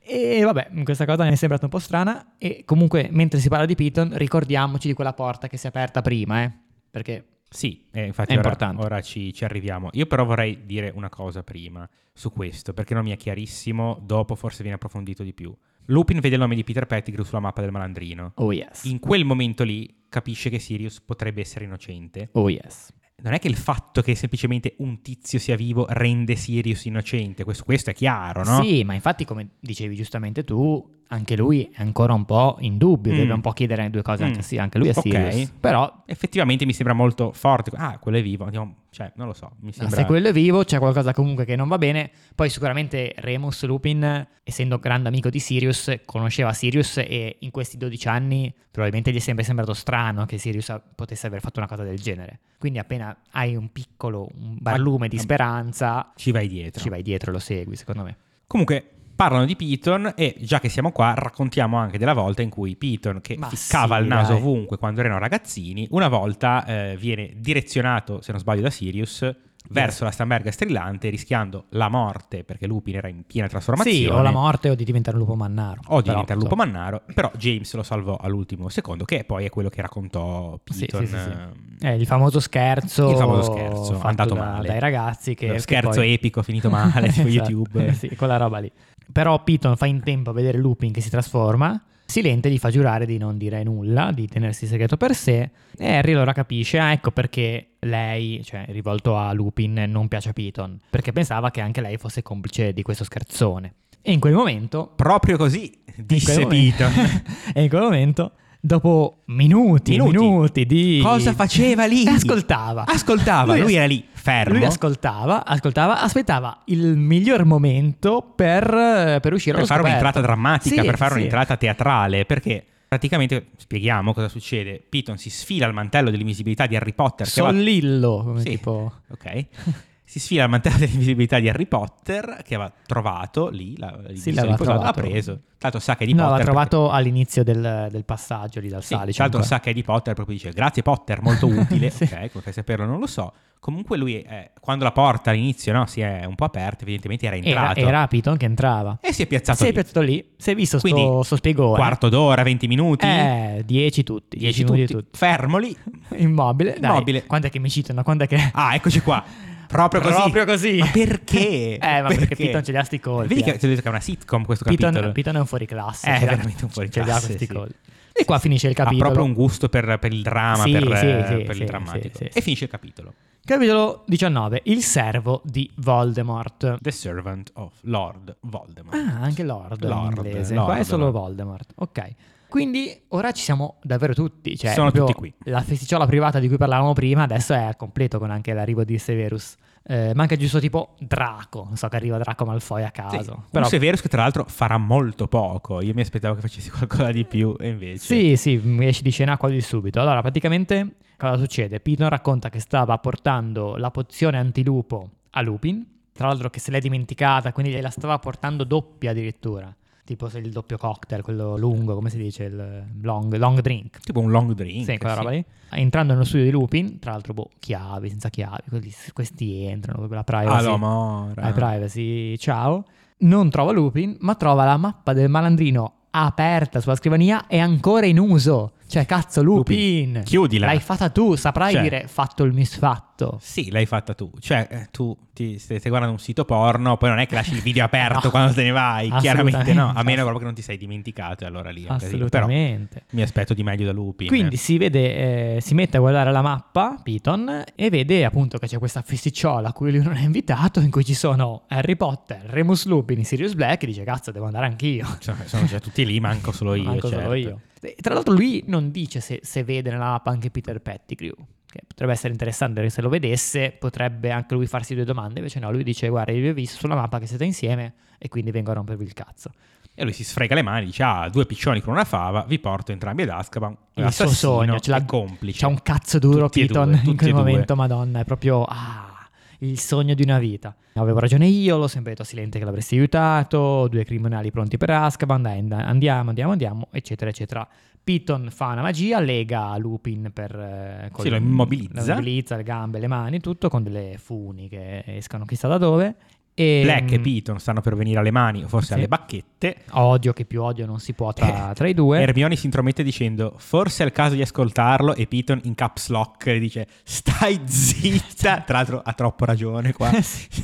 [SPEAKER 2] E vabbè, questa cosa mi è sembrata un po' strana. E comunque, mentre si parla di Piton, ricordiamoci di quella porta che si è aperta prima, eh. Perché
[SPEAKER 1] sì, eh, infatti
[SPEAKER 2] È
[SPEAKER 1] ora,
[SPEAKER 2] importante.
[SPEAKER 1] ora ci, ci arriviamo. Io però vorrei dire una cosa prima su questo, perché non mi è chiarissimo, dopo forse viene approfondito di più. Lupin vede il nome di Peter Pettigrew sulla mappa del malandrino.
[SPEAKER 2] Oh yes.
[SPEAKER 1] In quel momento lì capisce che Sirius potrebbe essere innocente.
[SPEAKER 2] Oh yes.
[SPEAKER 1] Non è che il fatto che semplicemente un tizio sia vivo rende Sirius innocente, questo, questo è chiaro, no?
[SPEAKER 2] Sì, ma infatti, come dicevi giustamente tu, anche lui è ancora un po' in dubbio.
[SPEAKER 1] Mm.
[SPEAKER 2] Deve un po' chiedere due cose.
[SPEAKER 1] Mm.
[SPEAKER 2] Anche, sì, anche lui è
[SPEAKER 1] Ok.
[SPEAKER 2] Sirius. Però,
[SPEAKER 1] Effettivamente mi sembra molto forte. Ah, quello è vivo. Andiamo, cioè, non lo so. Mi sembra.
[SPEAKER 2] se quello è vivo, c'è qualcosa comunque che non va bene. Poi, sicuramente, Remus Lupin, essendo grande amico di Sirius, conosceva Sirius. E in questi 12 anni, probabilmente gli è sempre sembrato strano che Sirius a- potesse aver fatto una cosa del genere. Quindi, appena hai un piccolo un barlume
[SPEAKER 1] eh,
[SPEAKER 2] di speranza,
[SPEAKER 1] Ci vai dietro.
[SPEAKER 2] ci vai dietro e lo segui, secondo me.
[SPEAKER 1] Comunque, parlano di Piton e già che siamo qua, raccontiamo anche della volta in cui Piton, che
[SPEAKER 2] Ma
[SPEAKER 1] ficcava
[SPEAKER 2] sì,
[SPEAKER 1] il naso
[SPEAKER 2] dai.
[SPEAKER 1] ovunque quando erano ragazzini, una volta eh, viene direzionato, se non sbaglio, da Sirius verso la Stamberga strillante, rischiando la morte perché Lupin era in piena trasformazione.
[SPEAKER 2] Sì, o la morte o di diventare un lupo mannaro.
[SPEAKER 1] o di
[SPEAKER 2] Però,
[SPEAKER 1] diventare lupo
[SPEAKER 2] insomma.
[SPEAKER 1] mannaro, però James lo salvò all'ultimo secondo, che poi è quello che raccontò
[SPEAKER 2] Sì,
[SPEAKER 1] Piton.
[SPEAKER 2] sì, sì, sì.
[SPEAKER 1] ehm,
[SPEAKER 2] Eh, il famoso scherzo.
[SPEAKER 1] Il famoso scherzo,
[SPEAKER 2] fatto
[SPEAKER 1] andato
[SPEAKER 2] da-
[SPEAKER 1] male.
[SPEAKER 2] Dai ragazzi che.
[SPEAKER 1] Lo
[SPEAKER 2] che
[SPEAKER 1] scherzo
[SPEAKER 2] poi-
[SPEAKER 1] epico finito male, tipo
[SPEAKER 2] Esatto,
[SPEAKER 1] YouTube.
[SPEAKER 2] sì, quella roba lì. Però Piton fa in tempo a vedere Lupin che si trasforma. Silente gli fa giurare di non dire nulla, di tenersi segreto per sé. E Harry allora capisce, ah, ecco perché lei, cioè rivolto a Lupin, non piace a Piton. Perché pensava che anche lei fosse complice di questo scherzone. E in quel momento
[SPEAKER 1] Proprio così, disse
[SPEAKER 2] quel momento-
[SPEAKER 1] Piton.
[SPEAKER 2] e in quel momento, dopo minuti, minuti,
[SPEAKER 1] Minuti.
[SPEAKER 2] di...
[SPEAKER 1] Cosa faceva lì?
[SPEAKER 2] Ascoltava.
[SPEAKER 1] Ascoltava, lui,
[SPEAKER 2] as-
[SPEAKER 1] era lì, fermo.
[SPEAKER 2] Lui ascoltava, ascoltava, aspettava il miglior momento per, per uscire
[SPEAKER 1] per
[SPEAKER 2] allo
[SPEAKER 1] fare
[SPEAKER 2] scoperto.
[SPEAKER 1] un'entrata drammatica,
[SPEAKER 2] Sì,
[SPEAKER 1] per fare
[SPEAKER 2] sì.
[SPEAKER 1] un'entrata teatrale, perché praticamente spieghiamo cosa succede. Piton si sfila al mantello dell'invisibilità di Harry Potter. che aveva-
[SPEAKER 2] Sollillo, come
[SPEAKER 1] Sì.
[SPEAKER 2] tipo...
[SPEAKER 1] Ok. Si sfila al mantello dell'invisibilità di Harry Potter che aveva trovato lì, la, il
[SPEAKER 2] Sì,
[SPEAKER 1] viso
[SPEAKER 2] l'aveva
[SPEAKER 1] riposato, l'ha
[SPEAKER 2] trovato.
[SPEAKER 1] preso. Tanto sa che è di
[SPEAKER 2] No, l'ha
[SPEAKER 1] Potter. perché-
[SPEAKER 2] trovato all'inizio del, del passaggio lì dal
[SPEAKER 1] Sì,
[SPEAKER 2] sale. diciamo.
[SPEAKER 1] tra l'altro
[SPEAKER 2] comunque.
[SPEAKER 1] sa che è di Potter, proprio dice grazie Potter, molto utile,
[SPEAKER 2] Sì.
[SPEAKER 1] ok, come fai a saperlo non lo so. Comunque lui, eh, quando la porta all'inizio no, si è un po' aperta, evidentemente era
[SPEAKER 2] Era,
[SPEAKER 1] entrato.
[SPEAKER 2] era Piton che entrava.
[SPEAKER 1] E si è piazzato
[SPEAKER 2] Sei
[SPEAKER 1] lì.
[SPEAKER 2] piazzato lì, sei visto
[SPEAKER 1] Quindi,
[SPEAKER 2] sto, sto spiegone.
[SPEAKER 1] Quarto d'ora, 20 minuti,
[SPEAKER 2] Eh, 10 tutti.
[SPEAKER 1] 10
[SPEAKER 2] 10 minuti tutti.
[SPEAKER 1] tutti, fermo lì.
[SPEAKER 2] Immobile. Dai,
[SPEAKER 1] Immobile.
[SPEAKER 2] Quando è che mi citano? Quando è che...
[SPEAKER 1] Ah, eccoci qua. Proprio così.
[SPEAKER 2] Proprio così.
[SPEAKER 1] Ma perché?
[SPEAKER 2] Eh, ma perché Piton ce li ha sti colpi,
[SPEAKER 1] Vedi
[SPEAKER 2] eh.
[SPEAKER 1] che ti ho detto che è una sitcom questo
[SPEAKER 2] Piton,
[SPEAKER 1] capitolo.
[SPEAKER 2] Piton è un fuoriclasse.
[SPEAKER 1] Eh,
[SPEAKER 2] cioè,
[SPEAKER 1] veramente un fuoriclasse,
[SPEAKER 2] ce li ha questi
[SPEAKER 1] sì.
[SPEAKER 2] gol. E qua finisce il
[SPEAKER 1] ha
[SPEAKER 2] capitolo.
[SPEAKER 1] proprio un gusto per, per il dramma,
[SPEAKER 2] Sì,
[SPEAKER 1] per,
[SPEAKER 2] sì,
[SPEAKER 1] eh, per
[SPEAKER 2] sì, sì,
[SPEAKER 1] il
[SPEAKER 2] sì,
[SPEAKER 1] drammatico.
[SPEAKER 2] sì, sì.
[SPEAKER 1] E finisce il capitolo.
[SPEAKER 2] Capitolo 19. Il servo di Voldemort.
[SPEAKER 1] The Servant of Lord Voldemort.
[SPEAKER 2] Ah, anche Lord,
[SPEAKER 1] Lord,
[SPEAKER 2] in inglese.
[SPEAKER 1] Lord.
[SPEAKER 2] Qua è solo Voldemort. Ok. Quindi ora ci siamo davvero tutti. Cioè,
[SPEAKER 1] Sono
[SPEAKER 2] proprio
[SPEAKER 1] tutti
[SPEAKER 2] La festicciola privata di cui parlavamo prima adesso è al completo con anche l'arrivo di Severus. Eh, manca giusto tipo Draco. Non so che arriva Draco Malfoy a
[SPEAKER 1] Sì.
[SPEAKER 2] caso.
[SPEAKER 1] Un Severus che tra l'altro farà molto poco. Io mi aspettavo che facessi qualcosa di più e cioè- invece...
[SPEAKER 2] Sì, sì, mi esci di scena quasi subito. Allora, praticamente cosa succede? Piton racconta che stava portando la pozione antilupo a Lupin, tra l'altro che se l'è dimenticata, quindi gliela stava portando doppia addirittura. Tipo se il doppio cocktail, quello lungo, come si dice, il long, long drink.
[SPEAKER 1] Tipo un long drink.
[SPEAKER 2] Sì, quella
[SPEAKER 1] sì.
[SPEAKER 2] roba lì. Entrando nello studio di Lupin, tra l'altro, boh, chiavi, senza chiavi, quelli- questi entrano, proprio la privacy.
[SPEAKER 1] Ah, Allora.
[SPEAKER 2] Ai privacy, ciao. Non trova Lupin, ma trova la mappa del malandrino aperta sulla scrivania e ancora in uso. Cioè, cazzo, Lupin,
[SPEAKER 1] Lupin, chiudila.
[SPEAKER 2] L'hai fatta tu, saprai
[SPEAKER 1] Cioè.
[SPEAKER 2] dire fatto il misfatto.
[SPEAKER 1] Sì, l'hai fatta tu. Cioè, eh, tu ti, stai, stai guardando un sito porno, poi non è che lasci il video aperto
[SPEAKER 2] No.
[SPEAKER 1] quando te ne vai. Chiaramente no. A
[SPEAKER 2] Assolutamente.
[SPEAKER 1] meno proprio che non ti sei dimenticato, e allora lì è un casino. Però
[SPEAKER 2] Assolutamente.
[SPEAKER 1] mi aspetto di meglio da Lupin.
[SPEAKER 2] Quindi si vede, eh, si mette a guardare la mappa, Piton, e vede appunto che c'è questa festicciola a cui lui non è invitato, in cui ci sono Harry Potter, Remus Lupin, Sirius Black, e dice cazzo devo andare anch'io.
[SPEAKER 1] Insomma, eh, sono già tutti lì, manco solo io.
[SPEAKER 2] Manco
[SPEAKER 1] certo.
[SPEAKER 2] solo io. E Tra l'altro lui non dice se, se vede nella mappa anche Peter Pettigrew, che potrebbe essere interessante perché se lo vedesse potrebbe anche lui farsi due domande, invece no, lui dice guarda io vi ho visto sulla mappa che siete insieme e quindi vengo a rompervi il cazzo.
[SPEAKER 1] E lui si sfrega le mani, dice: Ah, due piccioni con una fava, vi porto entrambi ad Azkaban.
[SPEAKER 2] Il suo
[SPEAKER 1] L'assassino
[SPEAKER 2] sogno, ce l'ha
[SPEAKER 1] è complice.
[SPEAKER 2] C'ha un cazzo duro
[SPEAKER 1] Tutti e
[SPEAKER 2] Piton
[SPEAKER 1] due,
[SPEAKER 2] in
[SPEAKER 1] tutti e
[SPEAKER 2] quel
[SPEAKER 1] due.
[SPEAKER 2] momento, madonna, è proprio ah, il sogno di una vita. Avevo ragione io, l'ho sempre detto a Silente che l'avresti aiutato, due criminali pronti per Azkaban, dai, and- andiamo, andiamo, andiamo, eccetera, eccetera. Piton fa una magia, lega Lupin per... eh,
[SPEAKER 1] Sì, lo immobilizza.
[SPEAKER 2] lo immobilizza, le gambe, le mani, tutto, con delle funi che escano chissà da dove. E,
[SPEAKER 1] Black e
[SPEAKER 2] mm,
[SPEAKER 1] Piton stanno per venire alle mani, o forse
[SPEAKER 2] Sì.
[SPEAKER 1] alle bacchette.
[SPEAKER 2] Odio che più odio non si può tra, tra i due.
[SPEAKER 1] Hermione si intromette dicendo: Forse è il caso di ascoltarlo. E Piton in caps lock le dice: Stai zitta. Tra l'altro, ha troppo ragione qua.
[SPEAKER 2] Sì.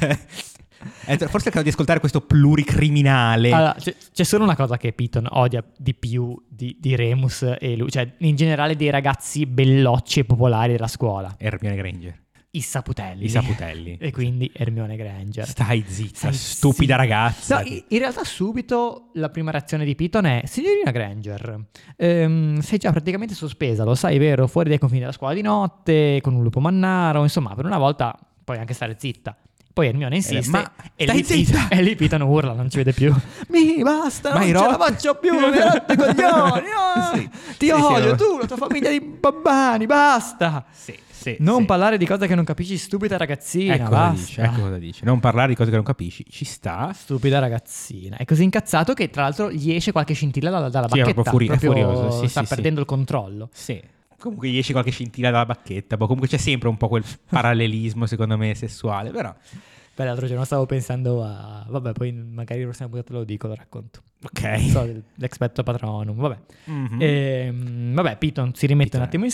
[SPEAKER 1] Eh, Forse è il caso di ascoltare questo pluricriminale.
[SPEAKER 2] Allora, c'è, c'è solo una cosa che Piton odia di più di, di Remus e lui, cioè in generale dei ragazzi bellocci e popolari della scuola,
[SPEAKER 1] Hermione Granger,
[SPEAKER 2] i saputelli.
[SPEAKER 1] i saputelli.
[SPEAKER 2] e quindi Hermione Granger.
[SPEAKER 1] Stai zitta,
[SPEAKER 2] Stai
[SPEAKER 1] stupida
[SPEAKER 2] zitta.
[SPEAKER 1] ragazza.
[SPEAKER 2] No, i- in realtà subito la prima reazione di Piton è Signorina Granger, ehm, sei già praticamente sospesa, lo sai vero? Fuori dai confini della scuola di notte, con un lupo mannaro, insomma per una volta puoi anche stare zitta. Poi Hermione
[SPEAKER 1] lei,
[SPEAKER 2] insiste
[SPEAKER 1] "Ma
[SPEAKER 2] e,
[SPEAKER 1] stai
[SPEAKER 2] lì
[SPEAKER 1] zitta!"
[SPEAKER 2] Piton, e lì Piton urla, non ci vede più. Mi basta,
[SPEAKER 1] Ma
[SPEAKER 2] non
[SPEAKER 1] hai
[SPEAKER 2] ce la
[SPEAKER 1] rotto?"
[SPEAKER 2] faccio più, mi hai rotto i coglioni, oh,
[SPEAKER 1] Sì, sì,
[SPEAKER 2] ti
[SPEAKER 1] sì,
[SPEAKER 2] odio,
[SPEAKER 1] lo-
[SPEAKER 2] tu, la tua famiglia di babbani, basta.
[SPEAKER 1] Sì, sì,
[SPEAKER 2] Non
[SPEAKER 1] sì.
[SPEAKER 2] parlare di cose che non capisci, stupida ragazzina,
[SPEAKER 1] Ecco cosa,
[SPEAKER 2] basta.
[SPEAKER 1] dice, ecco cosa dice. Non parlare di cose che non capisci, ci sta.
[SPEAKER 2] Stupida ragazzina. È così incazzato che tra l'altro gli esce qualche scintilla dalla, dalla
[SPEAKER 1] Sì, è
[SPEAKER 2] bacchetta.
[SPEAKER 1] proprio furi- è furioso, sì,
[SPEAKER 2] sta
[SPEAKER 1] sì, sì.
[SPEAKER 2] perdendo il controllo.
[SPEAKER 1] Sì. Comunque gli esce qualche scintilla dalla bacchetta. Boh, comunque c'è sempre un po' quel parallelismo, secondo me, sessuale. Però.
[SPEAKER 2] Beh, l'altro giorno stavo pensando a... Vabbè, poi magari la prossima puntata lo dico, lo racconto.
[SPEAKER 1] Ok.
[SPEAKER 2] Non so, del- l'expetto patronum, vabbè.
[SPEAKER 1] Mhm.
[SPEAKER 2] Ehm, vabbè, Piton si rimette
[SPEAKER 1] Piton,
[SPEAKER 2] un attimo in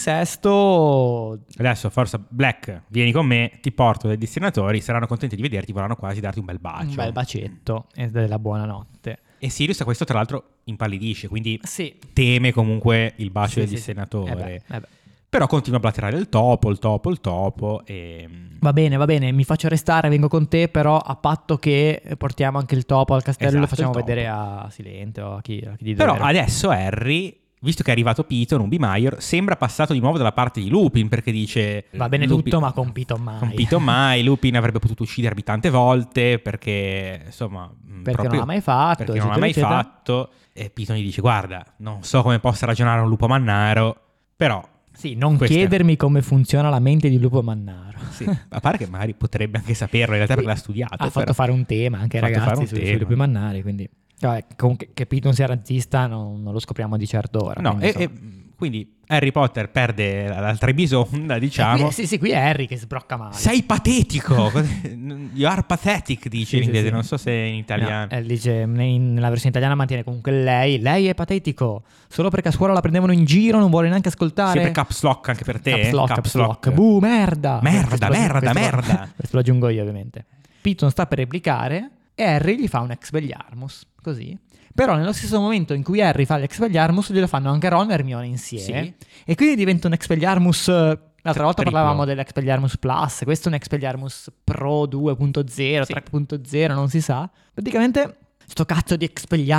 [SPEAKER 2] sesto.
[SPEAKER 1] Adesso, forza, Black, vieni con me, ti porto dai destinatori, saranno contenti di vederti, vorranno quasi darti un bel bacio.
[SPEAKER 2] Un bel bacetto e della buonanotte.
[SPEAKER 1] E Sirius a questo, tra l'altro, impallidisce, quindi
[SPEAKER 2] Sì.
[SPEAKER 1] teme comunque il bacio
[SPEAKER 2] Sì,
[SPEAKER 1] del
[SPEAKER 2] sì, sì.
[SPEAKER 1] distennatore.
[SPEAKER 2] Eh beh, eh beh.
[SPEAKER 1] Però continua a blatterare il topo, il topo, il topo e... mm,
[SPEAKER 2] Va bene, va bene, mi faccio arrestare, vengo con te, però a patto che portiamo anche il topo al castello e lo
[SPEAKER 1] Esatto,
[SPEAKER 2] facciamo
[SPEAKER 1] il topo.
[SPEAKER 2] vedere a Silente o a chi, a chi di
[SPEAKER 1] Però
[SPEAKER 2] dovere.
[SPEAKER 1] adesso Harry, visto che è arrivato Piton, un Bimaior, sembra passato di nuovo dalla parte di Lupin perché dice...
[SPEAKER 2] Va bene
[SPEAKER 1] Lupin-
[SPEAKER 2] tutto, ma compito mai.
[SPEAKER 1] Eh, Compito mai, Lupin avrebbe potuto uccidermi tante volte perché insomma... mh,
[SPEAKER 2] Perché non
[SPEAKER 1] proprio-
[SPEAKER 2] l'ha mai fatto.
[SPEAKER 1] perché non l'ha
[SPEAKER 2] eccetera,
[SPEAKER 1] mai
[SPEAKER 2] eccetera.
[SPEAKER 1] fatto e Piton gli dice guarda, non so come possa ragionare un lupo mannaro, però
[SPEAKER 2] Sì, non
[SPEAKER 1] Questa è-
[SPEAKER 2] chiedermi come funziona la mente di Lupo Mannaro.
[SPEAKER 1] sì, a parte che magari potrebbe anche saperlo in realtà perché l'ha studiato.
[SPEAKER 2] Ha fatto
[SPEAKER 1] però-
[SPEAKER 2] fare un tema anche ai
[SPEAKER 1] Ha fatto fare
[SPEAKER 2] ragazzi
[SPEAKER 1] un
[SPEAKER 2] su, sui
[SPEAKER 1] tema.
[SPEAKER 2] Lupi Mannari, quindi... Vabbè, comunque, che Piton sia razzista non, non lo scopriamo di certo ora.
[SPEAKER 1] No,
[SPEAKER 2] quindi,
[SPEAKER 1] e,
[SPEAKER 2] insomma.
[SPEAKER 1] e, mh, quindi Harry Potter perde la, la Trebisonda,
[SPEAKER 2] Eh,
[SPEAKER 1] diciamo.
[SPEAKER 2] qui- sì, sì, qui è Harry che sbrocca male.
[SPEAKER 1] Sei patetico, you are pathetic dice
[SPEAKER 2] Sì,
[SPEAKER 1] in
[SPEAKER 2] sì,
[SPEAKER 1] inglese,
[SPEAKER 2] sì.
[SPEAKER 1] non so se in italiano.
[SPEAKER 2] No, eh, dice, in- nella versione italiana mantiene comunque lei. Lei è patetico. Solo perché a scuola la prendevano in giro, non vuole neanche ascoltare.
[SPEAKER 1] Sempre caps lock anche per te.
[SPEAKER 2] Caps lock,
[SPEAKER 1] eh?
[SPEAKER 2] caps, lock. Buh, merda.
[SPEAKER 1] Merda,
[SPEAKER 2] Questo lo aggi-
[SPEAKER 1] merda,
[SPEAKER 2] questo lo-
[SPEAKER 1] merda.
[SPEAKER 2] questo lo aggiungo io, ovviamente. Piton sta per replicare e Harry gli fa un Expelliarmus, così. Però nello stesso momento in cui Harry fa l'Expelliarmus, glielo fanno anche Ron e Hermione insieme. E quindi diventa un Expelliarmus... eh, L'altra volta
[SPEAKER 1] Triplo.
[SPEAKER 2] parlavamo dell'Expelliarmus Plus, questo è un Expelliarmus Pro 2.0,
[SPEAKER 1] Sì.
[SPEAKER 2] 3.0, non si sa. Praticamente sto cazzo di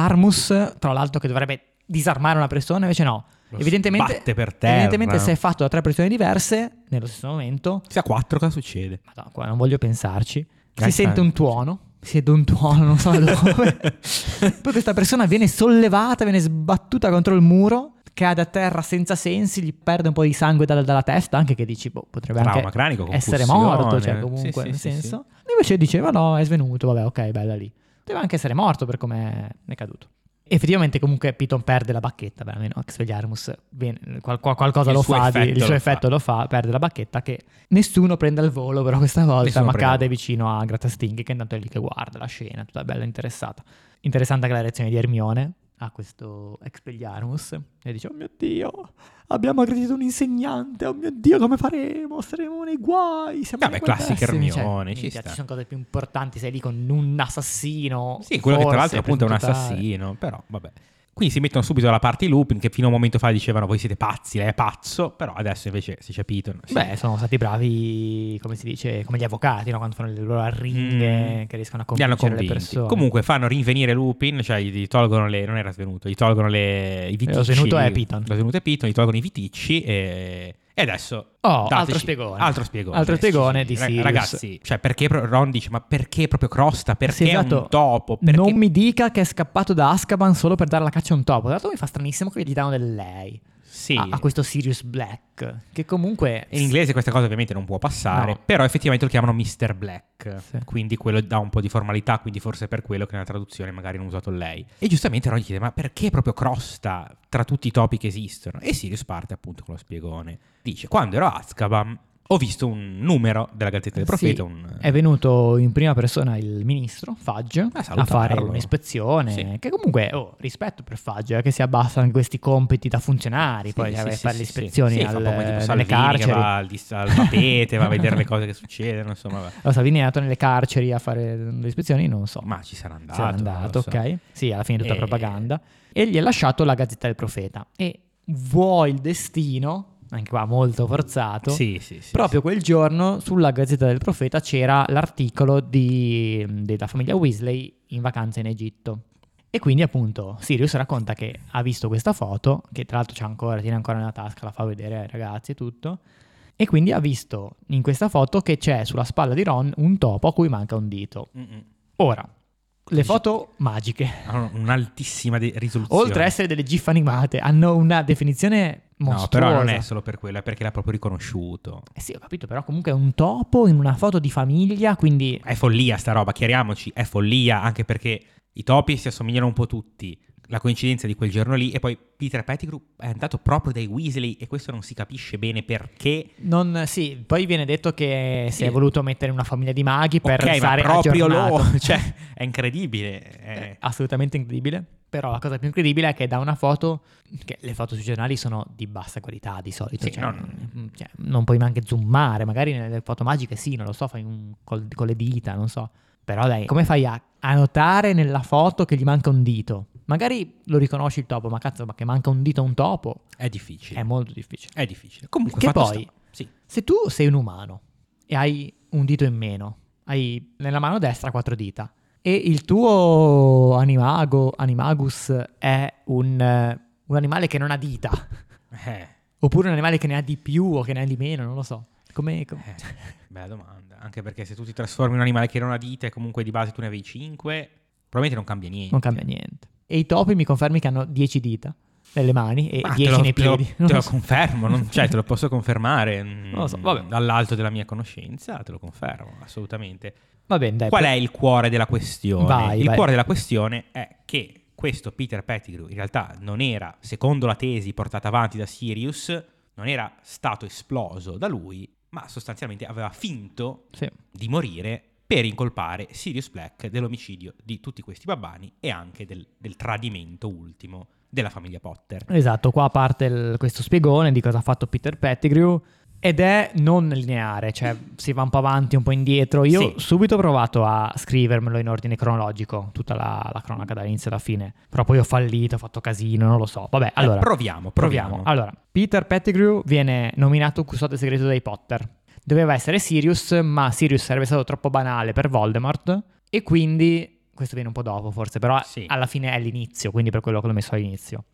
[SPEAKER 2] Expelliarmus, tra l'altro che dovrebbe disarmare una persona, invece no.
[SPEAKER 1] Lo
[SPEAKER 2] Evidentemente,
[SPEAKER 1] sbatte per terra.
[SPEAKER 2] evidentemente se è fatto da tre persone diverse, nello stesso momento,
[SPEAKER 1] Se a quattro cosa succede?
[SPEAKER 2] Madonna, qua non voglio pensarci,
[SPEAKER 1] Eh,
[SPEAKER 2] si sente un tuono, si sente un tuono, non so da dove. Poi questa persona viene sollevata, viene sbattuta contro il muro, cade a terra senza sensi, gli perde un po' di sangue dalla, dalla testa, anche che dici, boh, potrebbe
[SPEAKER 1] Trauma
[SPEAKER 2] anche
[SPEAKER 1] cranico,
[SPEAKER 2] essere
[SPEAKER 1] concussione.
[SPEAKER 2] morto, cioè
[SPEAKER 1] Sì,
[SPEAKER 2] comunque,
[SPEAKER 1] sì,
[SPEAKER 2] nel
[SPEAKER 1] sì,
[SPEAKER 2] senso. Invece diceva no, è svenuto, vabbè, ok, bella lì. Poteva anche essere morto per come è caduto. Effettivamente comunque Piton perde la bacchetta, beh, almeno Expelliarmus viene- qual- qual- qualcosa
[SPEAKER 1] Il
[SPEAKER 2] lo
[SPEAKER 1] suo
[SPEAKER 2] fa, di-
[SPEAKER 1] effetto
[SPEAKER 2] il suo
[SPEAKER 1] lo
[SPEAKER 2] effetto
[SPEAKER 1] fa.
[SPEAKER 2] lo fa, perde la bacchetta che nessuno prende al volo però questa volta,
[SPEAKER 1] Nessuno
[SPEAKER 2] ma
[SPEAKER 1] prende al
[SPEAKER 2] cade
[SPEAKER 1] volo.
[SPEAKER 2] vicino a Grattasting che intanto è lì che guarda la scena, tutta bella interessata. Interessante anche la reazione di Hermione a questo Expelliarmus e dice "Oh mio Dio, abbiamo aggredito un insegnante, oh mio Dio, come faremo? Saremo nei guai". Siamo
[SPEAKER 1] Vabbè,
[SPEAKER 2] dei guai
[SPEAKER 1] classica
[SPEAKER 2] pessimi". Cioè,
[SPEAKER 1] Hermione, ci
[SPEAKER 2] minchia,
[SPEAKER 1] sta.
[SPEAKER 2] ci sono cose più importanti, sei lì con un assassino.
[SPEAKER 1] Sì, quello che tra
[SPEAKER 2] forse,
[SPEAKER 1] l'altro appunto è un
[SPEAKER 2] presunto tale.
[SPEAKER 1] assassino, però vabbè. Quindi si mettono subito alla parte di Lupin che fino a un momento fa dicevano voi siete pazzi, lei è pazzo, però adesso invece si c'è Piton. sì.
[SPEAKER 2] Beh, sono stati bravi, come si dice, come gli avvocati, no? quando fanno le loro arringhe,
[SPEAKER 1] Mm.
[SPEAKER 2] che riescono a
[SPEAKER 1] Li hanno
[SPEAKER 2] convincere le
[SPEAKER 1] convinti.
[SPEAKER 2] persone.
[SPEAKER 1] Comunque fanno rinvenire Lupin, cioè gli gli tolgono le... non era svenuto, gli tolgono le... i viticci.
[SPEAKER 2] Eh, svenuto è Piton.
[SPEAKER 1] Lo svenuto è Piton, gli tolgono i viticci e... E adesso...
[SPEAKER 2] Oh,
[SPEAKER 1] dateci-
[SPEAKER 2] altro spiegone.
[SPEAKER 1] Altro spiegone.
[SPEAKER 2] Altro
[SPEAKER 1] Eh, sì,
[SPEAKER 2] spiegone
[SPEAKER 1] sì,
[SPEAKER 2] di
[SPEAKER 1] ra-
[SPEAKER 2] Sirius.
[SPEAKER 1] Ragazzi, cioè perché pro- Ron dice, ma perché proprio Crosta? Perché
[SPEAKER 2] Sì, esatto.
[SPEAKER 1] un topo? oh, Perché...
[SPEAKER 2] Non mi dica che è scappato da Azkaban solo per dare la caccia a un topo. Dato mi fa stranissimo che gli danno del lei.
[SPEAKER 1] Sì.
[SPEAKER 2] a, a questo Sirius Black, che comunque...
[SPEAKER 1] In inglese questa cosa ovviamente non può passare,
[SPEAKER 2] No.
[SPEAKER 1] però effettivamente lo chiamano Mr. Black,
[SPEAKER 2] Sì.
[SPEAKER 1] quindi quello dà un po' di formalità, quindi forse è per quello che nella traduzione magari hanno usato lei. E giustamente Ron gli chiede, ma perché proprio crosta tra tutti i topi che esistono? E Sirius parte appunto con lo spiegone. Dice, quando ero a Azkaban ho visto un numero della Gazzetta del
[SPEAKER 2] Sì,
[SPEAKER 1] Profeta, un...
[SPEAKER 2] È venuto in prima persona il ministro Fudge
[SPEAKER 1] A
[SPEAKER 2] a,
[SPEAKER 1] Eh, salutarlo.
[SPEAKER 2] fare un'ispezione.
[SPEAKER 1] Sì.
[SPEAKER 2] Che comunque, oh, rispetto per Fudge, eh, che si abbassano questi compiti da funzionari,
[SPEAKER 1] Sì,
[SPEAKER 2] poi
[SPEAKER 1] sì,
[SPEAKER 2] eh,
[SPEAKER 1] sì,
[SPEAKER 2] fare
[SPEAKER 1] sì,
[SPEAKER 2] le
[SPEAKER 1] sì.
[SPEAKER 2] ispezioni
[SPEAKER 1] Sì, fa un
[SPEAKER 2] al,
[SPEAKER 1] po' come tipo
[SPEAKER 2] nelle
[SPEAKER 1] Salvini che
[SPEAKER 2] carceri.
[SPEAKER 1] va al, dis- al papete, va a vedere le cose che succedono, insomma. va.
[SPEAKER 2] Allora, Salvini è andato nelle carceri a fare le ispezioni, non so.
[SPEAKER 1] Ma ci sarà andato.
[SPEAKER 2] Se n'è
[SPEAKER 1] non
[SPEAKER 2] andato,
[SPEAKER 1] lo so. Eh,
[SPEAKER 2] ok? Sì, alla fine è tutta
[SPEAKER 1] E-
[SPEAKER 2] propaganda. E gli ha lasciato la Gazzetta del Profeta. E vuoi il destino, anche qua molto forzato,
[SPEAKER 1] Sì, sì, sì.
[SPEAKER 2] Proprio quel giorno sulla Gazzetta del Profeta c'era l'articolo di- della famiglia Weasley in vacanza in Egitto. E quindi appunto Sirius racconta che ha visto questa foto, che tra l'altro c'è ancora, tiene ancora nella tasca, la fa vedere ai ragazzi e tutto. E quindi ha visto in questa foto che c'è sulla spalla di Ron un topo a cui manca un dito.
[SPEAKER 1] sì. Mm-mm.
[SPEAKER 2] Ora, le foto magiche,
[SPEAKER 1] Hanno un'altissima de- risoluzione.
[SPEAKER 2] oltre a essere delle gif animate, hanno una definizione
[SPEAKER 1] No,
[SPEAKER 2] mostruosa.
[SPEAKER 1] però non è solo per quello, è perché l'ha proprio riconosciuto.
[SPEAKER 2] Eh sì, ho capito, però comunque è un topo in una foto di famiglia, quindi
[SPEAKER 1] È follia sta roba, chiariamoci, è follia, anche perché i topi si assomigliano un po' tutti. La coincidenza di quel giorno lì e poi Peter Pettigrew è andato proprio dai Weasley e questo non si capisce bene perché.
[SPEAKER 2] non sì, poi viene detto che si è
[SPEAKER 1] Sì.
[SPEAKER 2] voluto mettere una famiglia di maghi per
[SPEAKER 1] ok, ma
[SPEAKER 2] stare
[SPEAKER 1] proprio
[SPEAKER 2] aggiornato. Eh,
[SPEAKER 1] loro, cioè, è incredibile. è-
[SPEAKER 2] assolutamente incredibile. Però la cosa più incredibile è che da una foto, che le foto sui giornali sono di bassa qualità di solito,
[SPEAKER 1] Sì,
[SPEAKER 2] cioè,
[SPEAKER 1] non-
[SPEAKER 2] cioè, non puoi neanche zoomare, magari nelle foto magiche sì, non lo so, fai un- col- con le dita, non so. Però dai, come fai a, a notare nella foto che gli manca un dito? Magari lo riconosci il topo, ma cazzo, ma che manca un dito a un topo
[SPEAKER 1] È difficile.
[SPEAKER 2] è molto difficile.
[SPEAKER 1] È difficile. Comunque,
[SPEAKER 2] eh. Che
[SPEAKER 1] fatto
[SPEAKER 2] poi-
[SPEAKER 1] sta- Sì.
[SPEAKER 2] Se tu sei un umano e hai un dito in meno, hai nella mano destra quattro dita, e il tuo animago, animagus è un, eh, un animale che non ha dita,
[SPEAKER 1] Eh,
[SPEAKER 2] oppure un animale che ne ha di più o che ne ha di meno, non lo so. Come, com-
[SPEAKER 1] eh, bella domanda. Anche perché se tu ti trasformi in un animale che non ha dita e comunque di base tu ne avevi 5, probabilmente non cambia niente.
[SPEAKER 2] Non cambia niente. E i topi mi confermi che hanno 10 dita nelle mani e
[SPEAKER 1] Ma
[SPEAKER 2] 10
[SPEAKER 1] te lo,
[SPEAKER 2] nei
[SPEAKER 1] te lo-
[SPEAKER 2] piedi.
[SPEAKER 1] te
[SPEAKER 2] Non
[SPEAKER 1] lo
[SPEAKER 2] lo so.
[SPEAKER 1] confermo, non- cioè te lo posso confermare. mm,
[SPEAKER 2] Non lo so, vabbè.
[SPEAKER 1] Dall'alto della mia conoscenza te lo confermo, assolutamente.
[SPEAKER 2] Va bene, dai.
[SPEAKER 1] Qual è il cuore della questione?
[SPEAKER 2] Eh, Vai,
[SPEAKER 1] il
[SPEAKER 2] vai.
[SPEAKER 1] cuore della questione è che questo Peter Pettigrew in realtà non era, secondo la tesi portata avanti da Sirius, non era stato esploso da lui, ma sostanzialmente aveva finto
[SPEAKER 2] Sì.
[SPEAKER 1] di morire per incolpare Sirius Black dell'omicidio di tutti questi babbani e anche del, del tradimento ultimo della famiglia Potter.
[SPEAKER 2] Esatto, qua parte il- questo spiegone di cosa ha fatto Peter Pettigrew ed è non lineare, cioè si va un po' avanti, un po' indietro. Io
[SPEAKER 1] Sì.
[SPEAKER 2] subito ho provato a scrivermelo in ordine cronologico, tutta la, la cronaca dall'inizio alla fine, però poi ho fallito, ho fatto casino, non lo so. Vabbè, allora
[SPEAKER 1] Eh, proviamo, proviamo.
[SPEAKER 2] proviamo. Allora, Peter Pettigrew viene nominato custode segreto dei Potter. Doveva essere Sirius, ma Sirius sarebbe stato troppo banale per Voldemort e quindi questo viene un po' dopo forse, però
[SPEAKER 1] Sì.
[SPEAKER 2] alla fine è l'inizio, quindi per quello che l'ho messo all'inizio.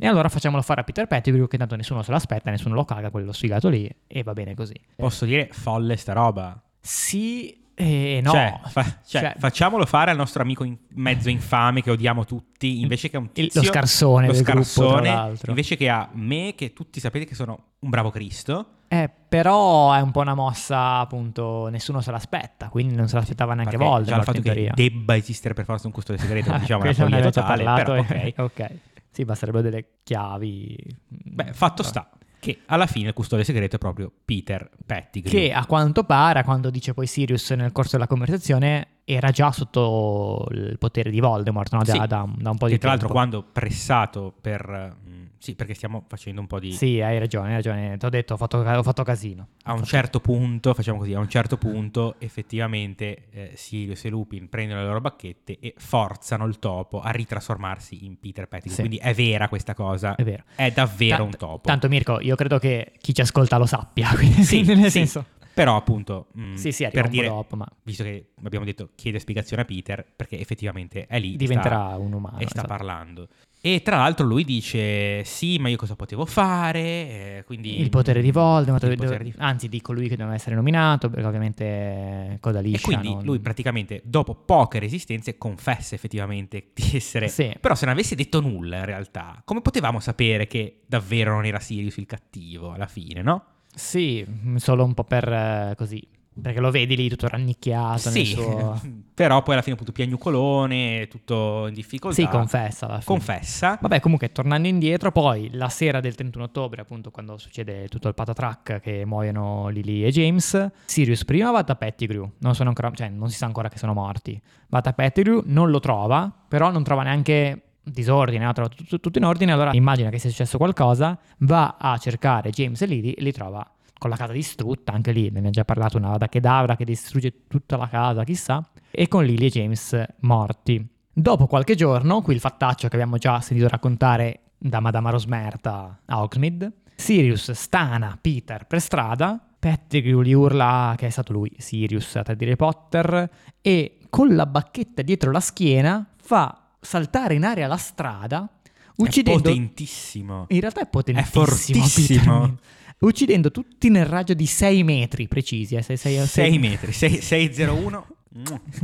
[SPEAKER 2] E allora facciamolo fare a Peter Pettigrew che tanto nessuno se l'aspetta, nessuno lo caga, quello sfigato lì e va bene così.
[SPEAKER 1] Posso dire folle sta roba?
[SPEAKER 2] Sì e no.
[SPEAKER 1] Cioè, fa- cioè,
[SPEAKER 2] Cioè-
[SPEAKER 1] facciamolo fare al nostro amico in- mezzo infame che odiamo tutti, invece che a un
[SPEAKER 2] Il-
[SPEAKER 1] tizio...
[SPEAKER 2] lo scarsone
[SPEAKER 1] lo
[SPEAKER 2] del gruppo, tra
[SPEAKER 1] scarsone,
[SPEAKER 2] l'altro.
[SPEAKER 1] invece che a me, che tutti sapete che sono un bravo Cristo.
[SPEAKER 2] Eh, però è un po' una mossa, appunto, nessuno se l'aspetta, quindi non se l'aspettava neanche
[SPEAKER 1] perché
[SPEAKER 2] Voldemort
[SPEAKER 1] Già il fatto
[SPEAKER 2] in
[SPEAKER 1] che
[SPEAKER 2] teoria.
[SPEAKER 1] debba esistere per forza un custode segreto, diciamo, è una
[SPEAKER 2] Questo ne
[SPEAKER 1] follia
[SPEAKER 2] avete già
[SPEAKER 1] totale, però
[SPEAKER 2] parlato,
[SPEAKER 1] ok.
[SPEAKER 2] eh. Ok. Sì, basterebbero delle chiavi. mm,
[SPEAKER 1] Beh, fatto
[SPEAKER 2] Vabbè.
[SPEAKER 1] sta che alla fine il custode segreto è proprio Peter Pettigrew.
[SPEAKER 2] Che a quanto pare, a quanto dice poi Sirius nel corso della conversazione, era già sotto il potere di Voldemort, no? Da,
[SPEAKER 1] Sì.
[SPEAKER 2] da- da un po'
[SPEAKER 1] Che
[SPEAKER 2] di tempo.
[SPEAKER 1] tra l'altro quando pressato per... mm, Sì, perché stiamo facendo un po' di...
[SPEAKER 2] Sì, hai ragione, hai ragione. Ti ho detto, ho fatto, ho fatto casino.
[SPEAKER 1] a un certo punto, facciamo così, a un certo punto effettivamente eh, Sirius e Lupin prendono le loro bacchette e forzano il topo a ritrasformarsi in Peter Pettigrew.
[SPEAKER 2] Sì.
[SPEAKER 1] Quindi è vera questa cosa,
[SPEAKER 2] È vero.
[SPEAKER 1] è davvero un
[SPEAKER 2] Tant-
[SPEAKER 1] topo.
[SPEAKER 2] Tanto Mirko, io credo che chi ci ascolta lo sappia, quindi
[SPEAKER 1] Sì,
[SPEAKER 2] nel
[SPEAKER 1] sì.
[SPEAKER 2] senso...
[SPEAKER 1] Però appunto, mm,
[SPEAKER 2] Sì, sì, arriva
[SPEAKER 1] per
[SPEAKER 2] un po'
[SPEAKER 1] dire,
[SPEAKER 2] dopo, ma
[SPEAKER 1] visto che abbiamo detto chiede spiegazione a Peter, perché effettivamente è lì,
[SPEAKER 2] diventerà
[SPEAKER 1] sta-
[SPEAKER 2] un umano.
[SPEAKER 1] e sta
[SPEAKER 2] esatto.
[SPEAKER 1] parlando. E tra l'altro lui dice: Sì, ma io cosa potevo fare? Eh, quindi
[SPEAKER 2] Il potere di Voldemort,
[SPEAKER 1] Il
[SPEAKER 2] dove-
[SPEAKER 1] potere di-
[SPEAKER 2] anzi di colui che doveva essere nominato, perché ovviamente eh, coda liscia.
[SPEAKER 1] E quindi
[SPEAKER 2] non-
[SPEAKER 1] lui praticamente, dopo poche resistenze, confessa effettivamente di essere.
[SPEAKER 2] Sì.
[SPEAKER 1] Però se non avesse detto nulla in realtà, come potevamo sapere che davvero non era Sirius il cattivo alla fine, no?
[SPEAKER 2] Sì, mh, solo un po' per eh, così, perché lo vedi lì tutto rannicchiato
[SPEAKER 1] Sì,
[SPEAKER 2] nel suo...
[SPEAKER 1] però poi alla fine appunto piagnucolone, tutto in difficoltà.
[SPEAKER 2] Sì, confessa alla fine.
[SPEAKER 1] Confessa.
[SPEAKER 2] Vabbè, comunque, tornando indietro, poi la sera del 31 ottobre, appunto, quando succede tutto il patatrack che muoiono Lily e James, Sirius prima va da Pettigrew, non, sono ancora, cioè, non si sa ancora che sono morti. Va da Pettigrew, non lo trova, però non trova neanche disordine, ha trovato tutto, tutto in ordine, allora immagina che sia successo qualcosa, va a cercare James e Lily e li trova con la casa distrutta, anche lì, ne abbiamo già parlato, una vada che davra che distrugge tutta la casa, chissà, e con Lily e James morti. Dopo qualche giorno, qui il fattaccio che abbiamo già sentito raccontare da Madama Rosmerta a Hogsmeade, Sirius stana Peter per strada, Pettigrew gli urla che è stato lui, Sirius, a tradire Potter, e con la bacchetta dietro la schiena fa saltare in aria la strada,
[SPEAKER 1] È
[SPEAKER 2] uccidendo...
[SPEAKER 1] potentissimo.
[SPEAKER 2] In realtà è potentissimo.
[SPEAKER 1] È fortissimo.
[SPEAKER 2] Peter Min. uccidendo tutti nel raggio di 6 metri precisi. Eh, sei, sei-
[SPEAKER 1] 6 metri, sei- 601.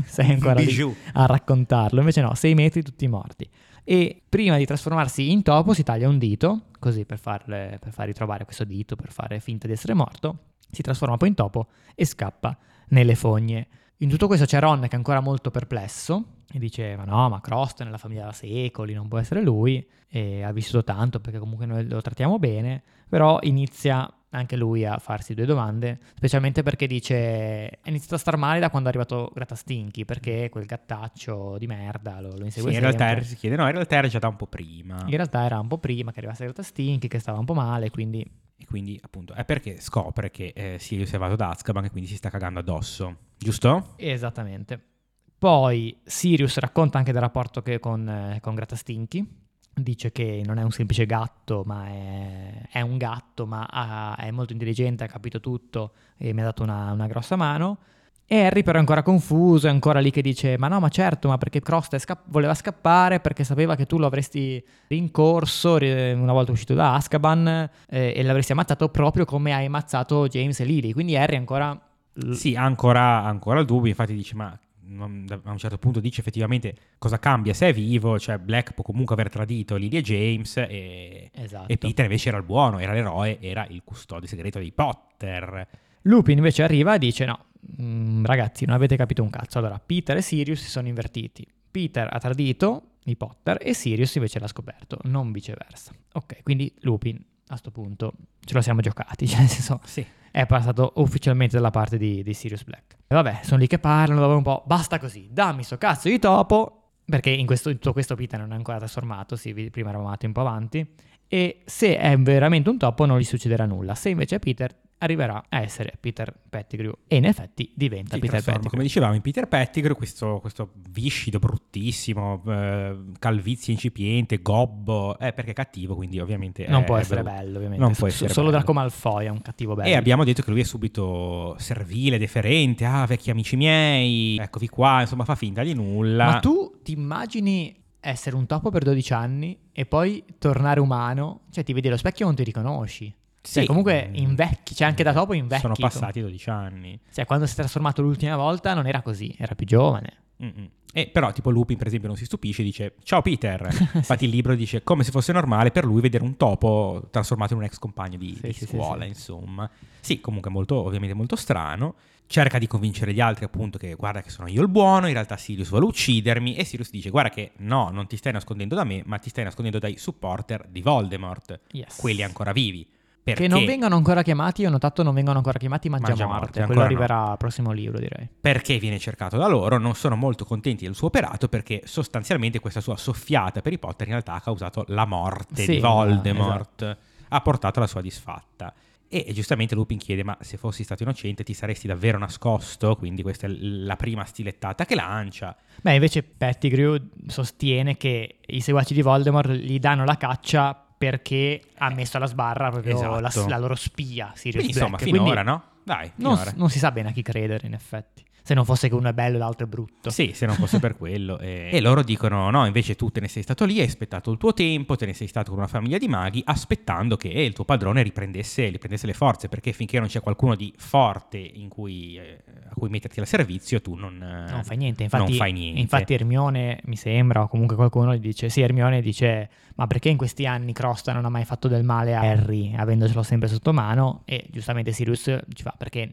[SPEAKER 2] Sei ancora lì
[SPEAKER 1] Bijou.
[SPEAKER 2] a raccontarlo. Invece no, 6 metri tutti morti. E prima di trasformarsi in topo si taglia un dito, così per, farle- per far ritrovare questo dito, per fare finta di essere morto. Si trasforma poi in topo e scappa nelle fogne. In tutto questo c'è Ron che è ancora molto perplesso e dice ma no, ma Crost è nella famiglia da secoli, non può essere lui e ha vissuto tanto perché comunque noi lo trattiamo bene, però inizia anche lui a farsi due domande, specialmente perché dice è iniziato a star male da quando è arrivato Grattastinchi perché quel gattaccio di merda lo, lo
[SPEAKER 1] Sì,
[SPEAKER 2] insegue
[SPEAKER 1] in
[SPEAKER 2] sempre.
[SPEAKER 1] realtà era- si chiede, no, in realtà era già da un po' prima.
[SPEAKER 2] In realtà era un po' prima che arrivasse Grattastinchi che stava un po' male, quindi
[SPEAKER 1] E quindi, appunto, è perché scopre che eh, Sirius è vado da Azkaban e quindi si sta cagando addosso, giusto?
[SPEAKER 2] Esattamente. Poi Sirius racconta anche del rapporto che con, eh, con Grattastinchi. Dice che non è un semplice gatto, ma è, è un gatto, ma ha- è molto intelligente, ha capito tutto e mi ha dato una, una grossa mano. E Harry però è ancora confuso, è ancora lì che dice ma no, ma certo, ma perché Crosta è scapp- voleva scappare perché sapeva che tu lo avresti rincorso ri- una volta uscito da Azkaban eh, e l'avresti ammazzato proprio come hai ammazzato James e Lily. Quindi Harry è ancora... l-
[SPEAKER 1] Sì, ha ancora, ha ancora il dubbio, infatti dice, ma non- da- a un certo punto dice effettivamente cosa cambia se è vivo, cioè Black può comunque aver tradito Lily e James e,
[SPEAKER 2] Esatto.
[SPEAKER 1] e Peter invece era il buono, era l'eroe, era il custode segreto dei Potter.
[SPEAKER 2] Lupin invece arriva e dice no, mm, ragazzi non avete capito un cazzo, allora Peter e Sirius si sono invertiti, Peter ha tradito i Potter e Sirius invece l'ha scoperto, non viceversa. Ok, quindi Lupin a sto punto ce lo siamo giocati, cioè nel senso
[SPEAKER 1] Sì.
[SPEAKER 2] è passato ufficialmente dalla parte di, di Sirius Black. E vabbè, sono lì che parlano, dopo un po', basta così, dammi sto cazzo di topo, perché in, questo, in tutto questo Peter non è ancora trasformato, sì, vi- prima eravamo andati un po' avanti, e se è veramente un topo non gli succederà nulla, se invece è Peter arriverà a essere Peter Pettigrew, e in effetti diventa
[SPEAKER 1] Si
[SPEAKER 2] Peter
[SPEAKER 1] trasforma,
[SPEAKER 2] Pettigrew.
[SPEAKER 1] Come dicevamo, in Peter Pettigrew, questo, questo viscido, bruttissimo, eh, calvizie incipiente, gobbo, eh, perché è cattivo, quindi ovviamente
[SPEAKER 2] non
[SPEAKER 1] Eh, è-
[SPEAKER 2] può
[SPEAKER 1] è
[SPEAKER 2] essere
[SPEAKER 1] brutto.
[SPEAKER 2] bello, ovviamente.
[SPEAKER 1] Non può
[SPEAKER 2] So-
[SPEAKER 1] essere
[SPEAKER 2] Solo
[SPEAKER 1] bello. Eh,
[SPEAKER 2] Draco Malfoy è un cattivo bello.
[SPEAKER 1] E abbiamo detto che lui è subito servile, deferente, ah, vecchi amici miei, eccovi qua, insomma, fa finta di nulla.
[SPEAKER 2] Ma tu ti immagini essere un topo per 12 anni e poi tornare umano? Cioè, ti vedi allo specchio e non ti riconosci.
[SPEAKER 1] Sì.
[SPEAKER 2] Cioè, comunque
[SPEAKER 1] Mm.
[SPEAKER 2] invecchi, cioè anche da dopo invecchi.
[SPEAKER 1] Sono passati 12 anni.
[SPEAKER 2] Cioè, quando si è trasformato l'ultima volta non era così, era più giovane.
[SPEAKER 1] Mm-mm. E però, tipo, Lupin, per esempio, non si stupisce, dice: Ciao Peter. Infatti, il libro dice come se fosse normale per lui vedere un topo trasformato in un ex compagno di,
[SPEAKER 2] Sì,
[SPEAKER 1] di
[SPEAKER 2] sì, sì,
[SPEAKER 1] scuola,
[SPEAKER 2] sì.
[SPEAKER 1] insomma. Sì, comunque, molto, ovviamente, molto strano. Cerca di convincere gli altri, appunto, che guarda che sono io il buono. In realtà, Sirius vuole uccidermi. E Sirius dice: Guarda che no, non ti stai nascondendo da me, ma ti stai nascondendo dai supporter di Voldemort,
[SPEAKER 2] Yes.
[SPEAKER 1] quelli ancora vivi. Perché
[SPEAKER 2] Che non vengono ancora chiamati, io ho notato non vengono ancora chiamati Mangia,
[SPEAKER 1] Mangia
[SPEAKER 2] Morte.
[SPEAKER 1] Morte,
[SPEAKER 2] Quello
[SPEAKER 1] ancora
[SPEAKER 2] arriverà al prossimo libro, direi.
[SPEAKER 1] perché viene cercato da loro, non sono molto contenti del suo operato perché sostanzialmente questa sua soffiata per i Potter in realtà ha causato la morte
[SPEAKER 2] Sì, esatto.
[SPEAKER 1] di Voldemort, ha portato alla sua disfatta. E giustamente Lupin chiede, ma se fossi stato innocente ti saresti davvero nascosto? Quindi questa è l- la prima stilettata che lancia.
[SPEAKER 2] Beh, invece Pettigrew sostiene che i seguaci di Voldemort gli danno la caccia perché ha messo alla sbarra proprio
[SPEAKER 1] Eh, Esatto.
[SPEAKER 2] la, la loro spia, Sirius
[SPEAKER 1] Quindi insomma,
[SPEAKER 2] Black.
[SPEAKER 1] finora,
[SPEAKER 2] Quindi
[SPEAKER 1] no? Dai,
[SPEAKER 2] non,
[SPEAKER 1] finora.
[SPEAKER 2] non si sa bene a chi credere, in effetti. se non fosse che uno è bello e l'altro è brutto.
[SPEAKER 1] Sì, se non fosse per quello. eh. Esatto. E loro dicono: no, invece tu te ne sei stato lì, hai aspettato il tuo tempo, te ne sei stato con una famiglia di maghi, aspettando che eh, il tuo padrone riprendesse, riprendesse le forze, perché finché non c'è qualcuno di forte in cui, eh, a cui metterti al servizio, tu non, eh,
[SPEAKER 2] Non fai niente, infatti,
[SPEAKER 1] non fai niente.
[SPEAKER 2] infatti Hermione mi sembra, o comunque qualcuno gli dice, sì Hermione dice, ma perché in questi anni Crosta non ha mai fatto del male a Harry, avendocelo sempre sotto mano? E giustamente Sirius ci fa, perché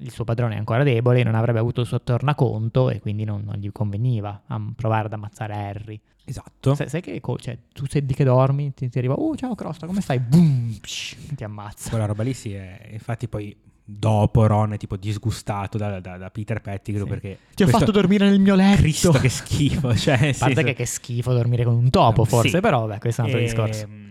[SPEAKER 2] il suo padrone è ancora debole, non avrebbe avuto il suo tornaconto e quindi non, non gli conveniva am- provare ad ammazzare Harry.
[SPEAKER 1] esatto.
[SPEAKER 2] Sai, sai che, co- cioè, tu sei di che dormi, ti, ti arriva, oh ciao Crosta, come stai? Boom, psh, ti ammazza.
[SPEAKER 1] Quella roba lì sì, è- infatti poi dopo Ron è tipo disgustato da, da- da Peter Pettigrew
[SPEAKER 2] Sì.
[SPEAKER 1] perché...
[SPEAKER 2] Ti ho
[SPEAKER 1] questo-
[SPEAKER 2] fatto dormire nel mio letto.
[SPEAKER 1] Cristo che schifo, cioè...
[SPEAKER 2] A parte che, che schifo dormire con un topo, forse, però beh, questo è un altro
[SPEAKER 1] Eh,
[SPEAKER 2] discorso.
[SPEAKER 1] Ehm,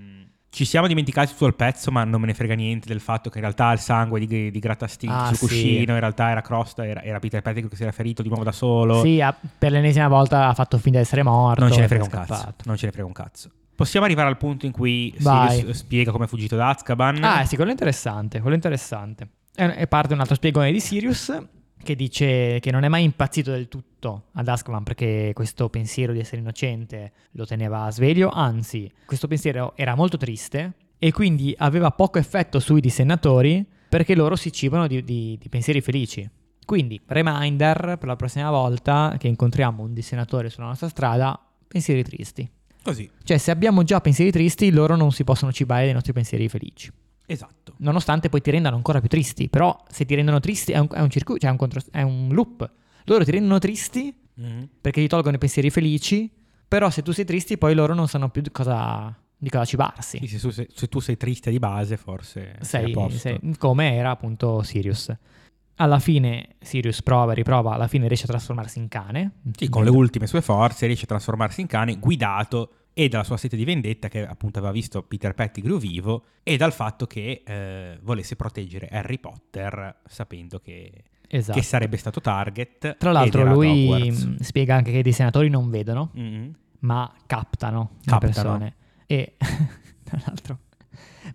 [SPEAKER 1] Ci siamo dimenticati tutto il pezzo, ma non me ne frega niente del fatto che in realtà il sangue di, di Grattastinchi
[SPEAKER 2] Ah,
[SPEAKER 1] sul
[SPEAKER 2] sì.
[SPEAKER 1] cuscino, in realtà era Crosta, era, era Peter Pettigrew che si era ferito di nuovo da solo.
[SPEAKER 2] Sì, ha- per l'ennesima volta ha fatto finta di essere morto.
[SPEAKER 1] non ce ne
[SPEAKER 2] ed è
[SPEAKER 1] frega un cazzo.
[SPEAKER 2] scappato.
[SPEAKER 1] Non ce ne frega un cazzo. Possiamo arrivare al punto in cui
[SPEAKER 2] Vai.
[SPEAKER 1] Sirius spiega come è fuggito da Azkaban.
[SPEAKER 2] Ah, sì, quello è interessante, quello è interessante. E, e parte un altro spiegone di Sirius che dice che non è mai impazzito del tutto ad Azkaban perché questo pensiero di essere innocente lo teneva a sveglio, anzi, questo pensiero era molto triste e quindi aveva poco effetto sui dissennatori perché loro si cibano di- di- di pensieri felici. Quindi, reminder per la prossima volta che incontriamo un dissennatore sulla nostra strada, pensieri tristi.
[SPEAKER 1] Così,
[SPEAKER 2] Cioè, se abbiamo già pensieri tristi, loro non si possono cibare dei nostri pensieri felici.
[SPEAKER 1] esatto.
[SPEAKER 2] Nonostante poi ti rendano ancora più tristi. Però, se ti rendono tristi, è un, è un circuito, cioè è un, contro- è un loop. Loro ti rendono tristi
[SPEAKER 1] Mhm.
[SPEAKER 2] perché ti tolgono i pensieri felici. Però, se tu sei tristi, poi loro non sanno più di cosa, di cosa cibarsi.
[SPEAKER 1] Sì, se, tu sei, se tu sei triste di base, forse sei, a
[SPEAKER 2] Sei,
[SPEAKER 1] posto.
[SPEAKER 2] sei- come era appunto Sirius. Alla fine, Sirius prova e riprova. Alla fine riesce a trasformarsi in cane.
[SPEAKER 1] Sì, con le ultime sue forze riesce a trasformarsi in cane, guidato e dalla sua sete di vendetta che appunto aveva visto Peter Pettigrew vivo e dal fatto che eh, volesse proteggere Harry Potter sapendo che,
[SPEAKER 2] Esatto.
[SPEAKER 1] che sarebbe stato target.
[SPEAKER 2] Tra
[SPEAKER 1] ed
[SPEAKER 2] l'altro,
[SPEAKER 1] era ad
[SPEAKER 2] lui
[SPEAKER 1] Hogwarts.
[SPEAKER 2] mh, spiega anche che i senatori non vedono,
[SPEAKER 1] Mhm.
[SPEAKER 2] ma captano,
[SPEAKER 1] Captano.
[SPEAKER 2] le persone. E tra l'altro,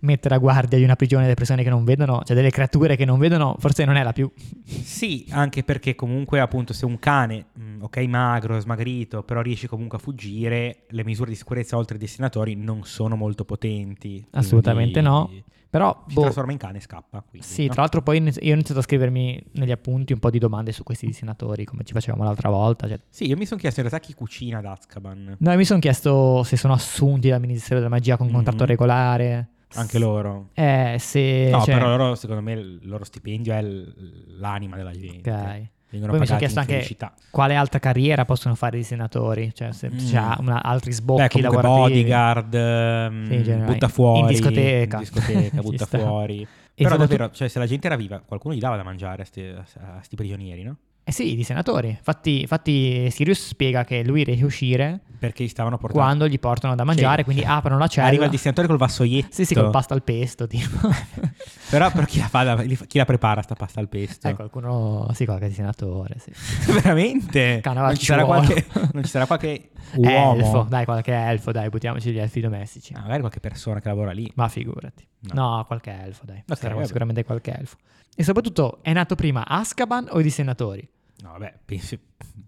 [SPEAKER 2] mettere a guardia di una prigione delle persone che non vedono, cioè delle creature che non vedono, forse non è la più.
[SPEAKER 1] Sì, anche perché comunque appunto se un cane, mh, ok, magro, smagrito, però riesce comunque a fuggire, le misure di sicurezza oltre ai destinatori non sono molto potenti. quindi
[SPEAKER 2] Assolutamente no. Però,
[SPEAKER 1] Si
[SPEAKER 2] boh,
[SPEAKER 1] trasforma in cane e scappa. Quindi,
[SPEAKER 2] sì,
[SPEAKER 1] no?
[SPEAKER 2] tra l'altro, poi iniz- io ho iniziato a scrivermi negli appunti un po' di domande su questi senatori, come ci facevamo l'altra volta. cioè-
[SPEAKER 1] Sì, io mi sono chiesto in realtà chi cucina ad Azkaban.
[SPEAKER 2] No, mi sono chiesto se sono assunti dal Ministero della Magia con contratto
[SPEAKER 1] Mhm.
[SPEAKER 2] regolare.
[SPEAKER 1] Anche loro.
[SPEAKER 2] Eh, se.
[SPEAKER 1] No,
[SPEAKER 2] cioè-
[SPEAKER 1] però loro, secondo me, il loro stipendio è l- l'anima della gente.
[SPEAKER 2] Ok.
[SPEAKER 1] Vengono
[SPEAKER 2] Poi mi
[SPEAKER 1] pagati
[SPEAKER 2] sono chiesto
[SPEAKER 1] in
[SPEAKER 2] anche
[SPEAKER 1] felicità.
[SPEAKER 2] quale altra carriera possono fare i senatori, cioè se
[SPEAKER 1] Mm.
[SPEAKER 2] c'è una- altri
[SPEAKER 1] Beh,
[SPEAKER 2] sbocchi
[SPEAKER 1] comunque
[SPEAKER 2] lavorativi.
[SPEAKER 1] bodyguard, ehm,
[SPEAKER 2] Sì, in generale.
[SPEAKER 1] butta fuori.
[SPEAKER 2] In discoteca.
[SPEAKER 1] in discoteca,
[SPEAKER 2] Ci
[SPEAKER 1] butta
[SPEAKER 2] sta.
[SPEAKER 1] fuori.
[SPEAKER 2] E
[SPEAKER 1] Però
[SPEAKER 2] soprattutto-
[SPEAKER 1] davvero, cioè, se la gente era viva, qualcuno gli dava da mangiare a sti, a sti prigionieri, no?
[SPEAKER 2] Eh sì, di senatori. Infatti, infatti Sirius spiega che lui riesce a uscire
[SPEAKER 1] Perché gli stavano portando...
[SPEAKER 2] quando gli portano da mangiare,
[SPEAKER 1] Sì.
[SPEAKER 2] quindi aprono la cella.
[SPEAKER 1] Arriva il Certo. destinatore col vassoietto.
[SPEAKER 2] Sì, sì, con pasta al pesto, tipo.
[SPEAKER 1] Però, però chi, la fa da- chi la prepara sta pasta al pesto?
[SPEAKER 2] Eh, qualcuno, sì, qualche senatore, sì.
[SPEAKER 1] Veramente?
[SPEAKER 2] Cannavacciuolo.
[SPEAKER 1] Non ci, sarà qualche, non ci sarà qualche uomo?
[SPEAKER 2] Elfo, dai, qualche elfo, dai, buttiamoci gli elfi domestici.
[SPEAKER 1] Ah, magari qualche persona che lavora lì.
[SPEAKER 2] Ma figurati. No,
[SPEAKER 1] No.
[SPEAKER 2] qualche elfo, dai.
[SPEAKER 1] Ok,
[SPEAKER 2] Sarà
[SPEAKER 1] vabbè.
[SPEAKER 2] sicuramente qualche elfo. E soprattutto, è nato prima Azkaban o i dissenatori?
[SPEAKER 1] No, vabbè, penso,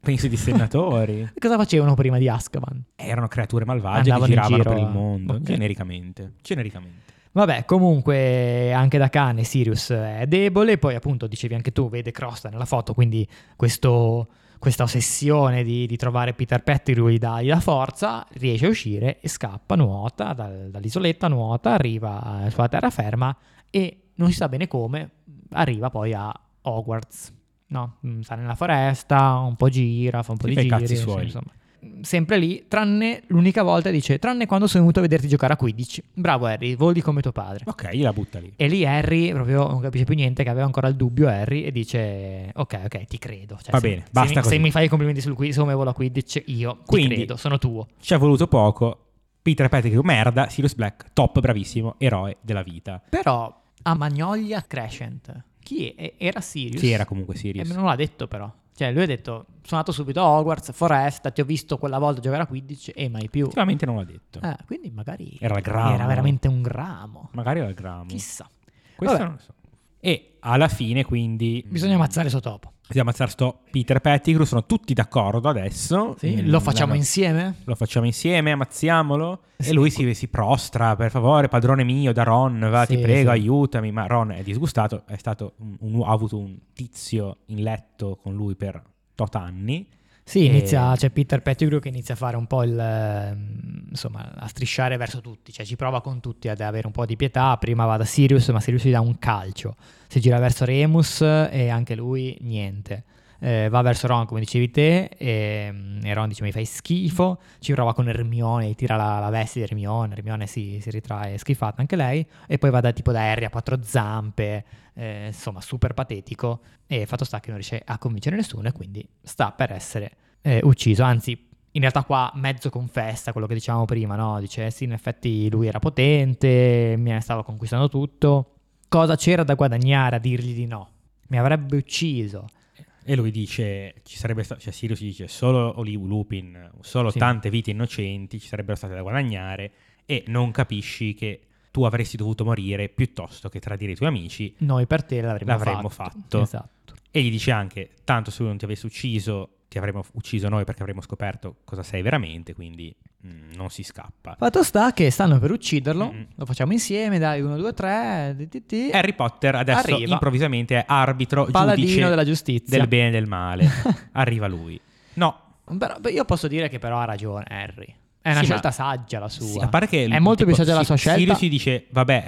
[SPEAKER 1] penso di senatori.
[SPEAKER 2] Cosa facevano prima di Azkaban?
[SPEAKER 1] Erano creature malvagie
[SPEAKER 2] Andavano in
[SPEAKER 1] che giravano
[SPEAKER 2] giro
[SPEAKER 1] per il
[SPEAKER 2] a-
[SPEAKER 1] mondo,
[SPEAKER 2] ok.
[SPEAKER 1] genericamente. Genericamente.
[SPEAKER 2] Vabbè, comunque anche da cane Sirius è debole, poi appunto dicevi anche tu, vede Crosta nella foto, quindi questo- questa ossessione di, di trovare Peter Pettigrew gli dà gli dà forza, riesce a uscire e scappa, nuota dal- dall'isoletta, nuota, arriva sulla terraferma e non si sa bene come, arriva poi a Hogwarts. No, Mm, sta nella foresta, un po' gira, fa un po'
[SPEAKER 1] Si
[SPEAKER 2] di
[SPEAKER 1] fa i
[SPEAKER 2] giri,
[SPEAKER 1] cazzi
[SPEAKER 2] sì,
[SPEAKER 1] suoi.
[SPEAKER 2] insomma. Mm, Sempre lì, tranne l'unica volta dice, tranne quando sono venuto a vederti giocare a 15. Bravo Harry, voli come tuo padre.
[SPEAKER 1] Ok, gliela butta lì.
[SPEAKER 2] E lì Harry proprio non capisce più niente, che aveva ancora il dubbio Harry e dice ok ok ti credo. Cioè,
[SPEAKER 1] Va
[SPEAKER 2] se-
[SPEAKER 1] bene,
[SPEAKER 2] se
[SPEAKER 1] basta
[SPEAKER 2] mi- Se
[SPEAKER 1] così.
[SPEAKER 2] mi fai i complimenti sul quiz, come volo a Quidditch, io ti
[SPEAKER 1] Quindi-
[SPEAKER 2] credo, sono tuo.
[SPEAKER 1] Ci è voluto poco. Peter Patrick, merda. Sirius Black, top, bravissimo, eroe della vita.
[SPEAKER 2] Però a Magnolia Crescent, chi è? era Sirius?
[SPEAKER 1] Chi era comunque
[SPEAKER 2] Eh,
[SPEAKER 1] Sirius?
[SPEAKER 2] non l'ha detto però. Cioè lui ha detto sono andato subito a Hogwarts, foresta, ti ho visto quella volta giocare a Quidditch e mai più.
[SPEAKER 1] Sicuramente non l'ha detto.
[SPEAKER 2] Eh, quindi magari
[SPEAKER 1] Era il gramo.
[SPEAKER 2] era veramente un gramo.
[SPEAKER 1] Magari era il gramo.
[SPEAKER 2] Chissà.
[SPEAKER 1] Questo
[SPEAKER 2] Vabbè.
[SPEAKER 1] non lo so. E alla fine, quindi. mm,
[SPEAKER 2] Bisogna ammazzare sto topo.
[SPEAKER 1] Bisogna ammazzare sto Peter Pettigrew. Sono tutti d'accordo adesso.
[SPEAKER 2] Sì?
[SPEAKER 1] Mm,
[SPEAKER 2] Lo facciamo
[SPEAKER 1] l'hanno-
[SPEAKER 2] insieme?
[SPEAKER 1] Lo facciamo insieme, ammazziamolo.
[SPEAKER 2] Sì.
[SPEAKER 1] E lui si, si prostra, per favore, padrone mio, da Ron, va,
[SPEAKER 2] Sì,
[SPEAKER 1] ti prego,
[SPEAKER 2] sì.
[SPEAKER 1] aiutami. Ma Ron è disgustato, è stato un- un- ha avuto un tizio in letto con lui per tot anni.
[SPEAKER 2] Sì,
[SPEAKER 1] E-
[SPEAKER 2] inizia, c'è Peter Pettigrew che inizia a fare un po' il... ehm, insomma, a strisciare verso tutti, cioè ci prova con tutti ad avere un po' di pietà, prima va da Sirius, ma Sirius gli dà un calcio, si gira verso Remus e anche lui niente. Eh, va verso Ron, come dicevi te, e, mm, e Ron dice mi fai schifo, ci prova con Hermione, gli tira la, la veste di Hermione, Hermione si, si ritrae schifata anche lei, e poi va da tipo da Harry a quattro zampe, eh, insomma super patetico, e fatto sta che non riesce a convincere nessuno e quindi sta per essere eh, ucciso, anzi in realtà qua mezzo confessa quello che dicevamo prima, no? Dice "Eh sì, in effetti lui era potente, mi stava conquistando tutto, cosa c'era da guadagnare a dirgli di no? Mi avrebbe ucciso.
[SPEAKER 1] E lui dice, ci sarebbe sta- cioè Sirius dice, solo Olive Lupin, solo
[SPEAKER 2] Sì.
[SPEAKER 1] tante vite innocenti ci sarebbero state da guadagnare e non capisci che tu avresti dovuto morire piuttosto che tradire i tuoi amici
[SPEAKER 2] Noi per te l'avremmo,
[SPEAKER 1] L'avremmo fatto.
[SPEAKER 2] Esatto.
[SPEAKER 1] E gli dice anche, tanto se lui non ti avesse ucciso, ti avremmo f- ucciso noi perché avremmo scoperto cosa sei veramente, quindi mm, non si scappa.
[SPEAKER 2] Fatto sta che stanno per ucciderlo,
[SPEAKER 1] Mm.
[SPEAKER 2] lo facciamo insieme, dai, uno, due, tre, di, di, di.
[SPEAKER 1] Harry Potter adesso
[SPEAKER 2] Arriva.
[SPEAKER 1] improvvisamente è arbitro,
[SPEAKER 2] paladino
[SPEAKER 1] giudice
[SPEAKER 2] della giustizia.
[SPEAKER 1] del bene e del male. Arriva lui. No,
[SPEAKER 2] Però- beh, io posso dire che però ha ragione Harry. È una
[SPEAKER 1] Sì,
[SPEAKER 2] scelta
[SPEAKER 1] ma-
[SPEAKER 2] saggia la sua.
[SPEAKER 1] sì, a parte che
[SPEAKER 2] è molto più saggia la sua scelta.
[SPEAKER 1] Sirius si dice, vabbè,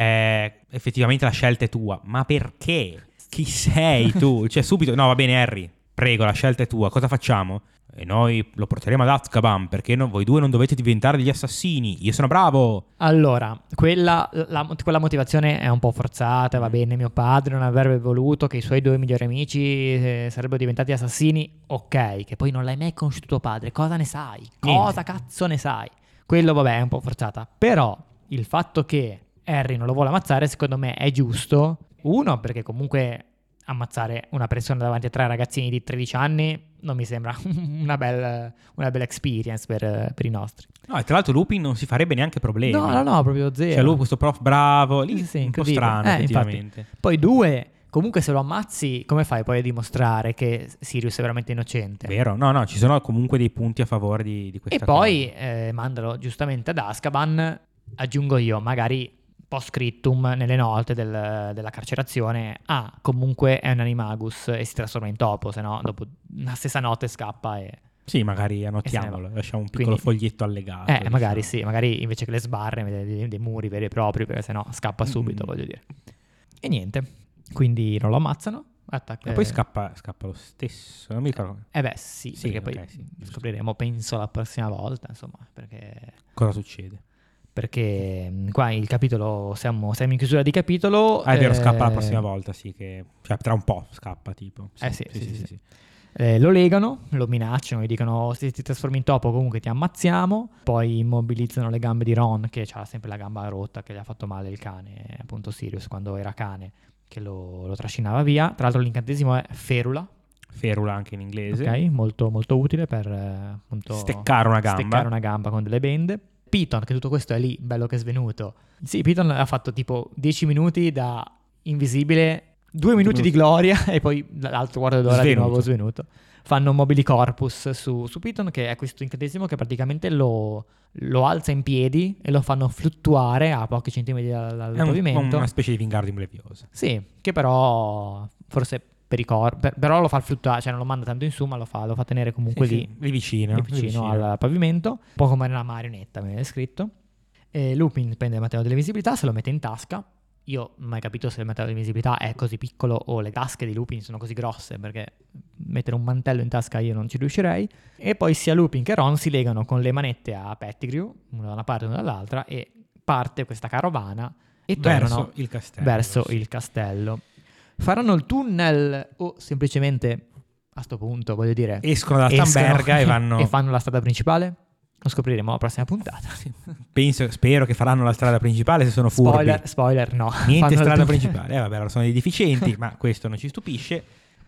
[SPEAKER 1] eh, effettivamente la scelta è tua, ma perché? Chi sei tu? Cioè subito, no va bene Harry, prego, la scelta è tua, cosa facciamo? E noi lo porteremo ad Azkaban perché non- voi due non dovete diventare degli assassini, io sono bravo.
[SPEAKER 2] Allora, quella, la- quella motivazione è un po' forzata,
[SPEAKER 1] Mm.
[SPEAKER 2] va bene, mio padre non avrebbe voluto che i suoi due migliori amici eh, sarebbero diventati assassini, ok, che poi non l'hai mai conosciuto tuo padre, cosa ne sai?
[SPEAKER 1] Niente.
[SPEAKER 2] Cosa cazzo ne sai? Quello vabbè è un po' forzata, però il fatto che Harry non lo vuole ammazzare secondo me è giusto, uno perché comunque ammazzare una persona davanti a tre ragazzini di 13 anni non mi sembra una, bel- una bella experience per, per i nostri.
[SPEAKER 1] No, e tra l'altro Lupin non si farebbe neanche problemi.
[SPEAKER 2] No, no, no, proprio zero.
[SPEAKER 1] Cioè lui, questo prof bravo, lì
[SPEAKER 2] Sì, sì,
[SPEAKER 1] un po'
[SPEAKER 2] incredibile.
[SPEAKER 1] strano
[SPEAKER 2] Eh,
[SPEAKER 1] effettivamente.
[SPEAKER 2] Poi due, comunque se lo ammazzi, come fai poi a dimostrare che Sirius è veramente innocente?
[SPEAKER 1] Vero? No, no, ci sono comunque dei punti a favore di, di
[SPEAKER 2] e
[SPEAKER 1] questa
[SPEAKER 2] poi
[SPEAKER 1] cosa.
[SPEAKER 2] eh, mandalo giustamente ad Azkaban, aggiungo io, magari post scriptum nelle note del- della carcerazione, ah, comunque è un animagus e si trasforma in topo, se no dopo la stessa notte scappa e...
[SPEAKER 1] Sì, magari annotiamolo, lasciamo un piccolo
[SPEAKER 2] Eh, Quindi-
[SPEAKER 1] foglietto allegato.
[SPEAKER 2] eh, magari
[SPEAKER 1] diciamo.
[SPEAKER 2] sì, magari invece che le sbarre, mette dei, dei muri veri e propri, perché sennò scappa subito,
[SPEAKER 1] Mm.
[SPEAKER 2] voglio dire. E niente, quindi non lo ammazzano, attacca...
[SPEAKER 1] E poi scappa, scappa lo stesso, non mi ricordo
[SPEAKER 2] Eh beh, sì,
[SPEAKER 1] Sì,
[SPEAKER 2] perché
[SPEAKER 1] ok,
[SPEAKER 2] poi
[SPEAKER 1] sì, giusto.
[SPEAKER 2] scopriremo, penso, la prossima volta, insomma, perché,
[SPEAKER 1] cosa succede.
[SPEAKER 2] perché mh, qua il capitolo, siamo, siamo in chiusura di capitolo.
[SPEAKER 1] Ah, è vero,
[SPEAKER 2] eh,
[SPEAKER 1] scappa la prossima volta, sì, che... Cioè, tra un po' scappa, tipo.
[SPEAKER 2] Eh, sì, sì, sì, sì. eh, lo legano, lo minacciano, gli dicono "Oh, se ti trasformi in topo comunque ti ammazziamo, poi immobilizzano le gambe di Ron che ha sempre la gamba rotta che gli ha fatto male il cane, appunto Sirius quando era cane che lo, lo trascinava via. Tra l'altro l'incantesimo è ferula,
[SPEAKER 1] Ferula anche in inglese.
[SPEAKER 2] ok? Molto, molto utile per eh, appunto,
[SPEAKER 1] Steccare una gamba.
[SPEAKER 2] steccare una gamba con delle bende. Piton, che tutto questo è lì, bello che è svenuto. Sì, Piton ha fatto tipo 10 minuti da invisibile, 2 minuti di gloria e poi l'altro quarto d'ora di
[SPEAKER 1] Svenuto.
[SPEAKER 2] nuovo svenuto. Fanno mobili corpus su, su Piton, che è questo incantesimo che praticamente lo, lo alza in piedi e lo fanno fluttuare a pochi centimetri dal, dal
[SPEAKER 1] È un-
[SPEAKER 2] pavimento.
[SPEAKER 1] una specie di Wingardium Leviosa.
[SPEAKER 2] Sì, che però forse per i corpi, però lo fa fluttuare, cioè non lo manda tanto in su, ma lo fa, lo fa tenere comunque
[SPEAKER 1] Sì,
[SPEAKER 2] lì
[SPEAKER 1] sì, lì vicino.
[SPEAKER 2] lì vicino al pavimento, un po' come una marionetta, mi viene scritto. E Lupin prende il materiale dell'invisibilità, se lo mette in tasca. Io non ho mai capito se il materiale dell'invisibilità è così piccolo o le tasche di Lupin sono così grosse, perché mettere un mantello in tasca io non ci riuscirei. E poi sia Lupin che Ron si legano con le manette a Pettigrew, una da una parte e una dall'altra, e parte questa carovana e tornano
[SPEAKER 1] Verso il castello.
[SPEAKER 2] verso
[SPEAKER 1] sì.
[SPEAKER 2] il castello. Faranno il tunnel o semplicemente a sto punto, voglio dire,
[SPEAKER 1] Escono dalla
[SPEAKER 2] escono
[SPEAKER 1] Stamberga e vanno...
[SPEAKER 2] e fanno la strada principale? Lo scopriremo alla prossima puntata.
[SPEAKER 1] Penso, spero che faranno la strada principale se sono furbi.
[SPEAKER 2] Spoiler, spoiler, no. Fanno
[SPEAKER 1] Niente
[SPEAKER 2] la
[SPEAKER 1] strada
[SPEAKER 2] tunnel.
[SPEAKER 1] principale. Eh, vabbè, allora sono dei deficienti, ma questo non ci stupisce.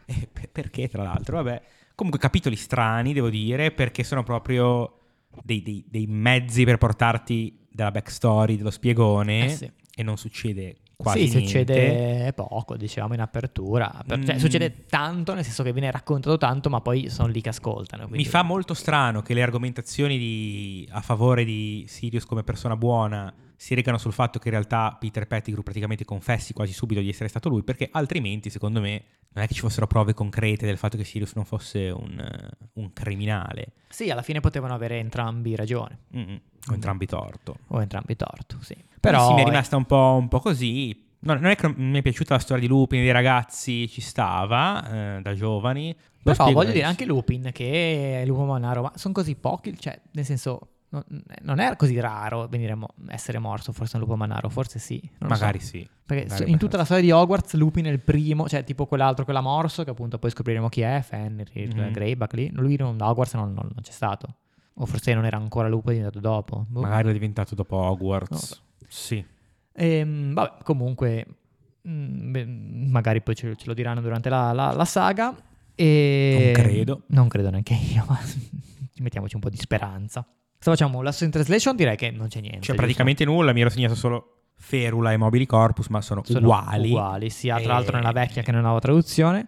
[SPEAKER 1] Eh, per- perché, tra l'altro, vabbè. Comunque, capitoli strani, devo dire, perché sono proprio dei, dei- dei mezzi per portarti della backstory, dello spiegone.
[SPEAKER 2] Eh sì.
[SPEAKER 1] E non succede quasi
[SPEAKER 2] sì,
[SPEAKER 1] niente.
[SPEAKER 2] succede poco, diciamo, in apertura. Per- cioè,
[SPEAKER 1] Mm.
[SPEAKER 2] succede tanto, nel senso che viene raccontato tanto, ma poi sono lì che ascoltano.
[SPEAKER 1] Mi
[SPEAKER 2] quindi-
[SPEAKER 1] fa molto strano che le argomentazioni di- a favore di Sirius come persona buona si recano sul fatto che in realtà Peter Pettigrew praticamente confessi quasi subito di essere stato lui, perché altrimenti, secondo me, non è che ci fossero prove concrete del fatto che Sirius non fosse un, eh, un criminale,
[SPEAKER 2] Sì, alla fine potevano avere entrambi ragione,
[SPEAKER 1] Mm, con entrambi torto.
[SPEAKER 2] o entrambi torto, sì.
[SPEAKER 1] Però
[SPEAKER 2] Però
[SPEAKER 1] sì, mi è rimasta un po', un po' così. Non, non è che non- mi è piaciuta la storia di Lupin e dei ragazzi, ci stava eh, da giovani. Lo
[SPEAKER 2] Però
[SPEAKER 1] spiego
[SPEAKER 2] voglio dire
[SPEAKER 1] adesso.
[SPEAKER 2] anche Lupin, che è Lupo Manaro, ma sono così pochi, cioè, nel senso, non, non è così raro venire mo- essere morto, forse un Lupo Manaro, forse sì. non lo so.
[SPEAKER 1] Magari sì.
[SPEAKER 2] Perché
[SPEAKER 1] magari
[SPEAKER 2] so- in tutta
[SPEAKER 1] abbastanza.
[SPEAKER 2] la storia di Hogwarts Lupin è il primo, cioè tipo quell'altro, quella morso, che appunto poi scopriremo chi è, Fenrir,
[SPEAKER 1] Mhm.
[SPEAKER 2] Greyback lì, lui non, da Hogwarts non, non- non c'è stato. O forse non era ancora Lupo, è diventato dopo. Boh.
[SPEAKER 1] Magari l'ho diventato dopo Hogwarts.
[SPEAKER 2] Non lo so.
[SPEAKER 1] Sì.
[SPEAKER 2] Ehm, vabbè, comunque, mm, beh, magari poi ce, ce lo diranno durante la, la- la saga. E...
[SPEAKER 1] Non credo.
[SPEAKER 2] Non credo neanche io, ma ci mettiamoci un po' di speranza. Se facciamo un lasso in translation direi che non c'è niente.
[SPEAKER 1] Cioè,
[SPEAKER 2] giusto?
[SPEAKER 1] praticamente nulla, mi ero segnato solo Ferula e Mobili Corpus, ma sono,
[SPEAKER 2] Sono
[SPEAKER 1] uguali. Eh.
[SPEAKER 2] sia tra
[SPEAKER 1] E-
[SPEAKER 2] l'altro nella vecchia che nella nuova traduzione.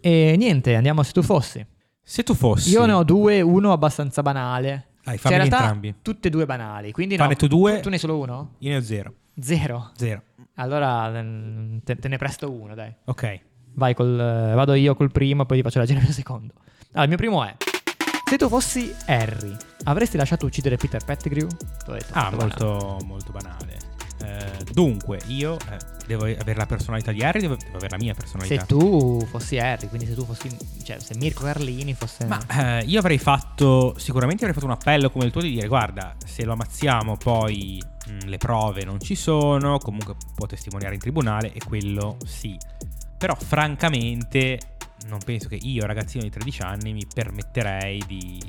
[SPEAKER 2] E niente, andiamo a se tu fossi.
[SPEAKER 1] Se tu fossi...
[SPEAKER 2] Io ne ho due, uno abbastanza banale.
[SPEAKER 1] Dai,
[SPEAKER 2] cioè, in
[SPEAKER 1] fammeli
[SPEAKER 2] realtà
[SPEAKER 1] entrambi.
[SPEAKER 2] tutte e due banali, quindi
[SPEAKER 1] Fanne
[SPEAKER 2] no,
[SPEAKER 1] tu due.
[SPEAKER 2] Tu ne hai solo uno?
[SPEAKER 1] Io ne ho zero.
[SPEAKER 2] Zero.
[SPEAKER 1] Zero.
[SPEAKER 2] Allora mm, te- te ne presto uno, dai.
[SPEAKER 1] Ok.
[SPEAKER 2] Vai col, eh, vado io col primo, poi ti faccio leggere il secondo. Allora, il mio primo è: Se tu fossi Harry, avresti lasciato uccidere Peter Pettigrew? T'ho detto,
[SPEAKER 1] Ah,
[SPEAKER 2] banale.
[SPEAKER 1] molto, molto banale. Eh, dunque, io eh, devo avere la personalità di Harry, devo, devo avere la mia personalità.
[SPEAKER 2] Se tu fossi Harry, quindi se tu fossi, cioè, se Mirko Carlini fosse.
[SPEAKER 1] Ma eh, io avrei fatto, sicuramente avrei fatto un appello come il tuo di dire guarda, se lo ammazziamo poi mh, le prove non ci sono, comunque può testimoniare in tribunale e quello sì. Però francamente non penso che io ragazzino di 13 anni mi permetterei di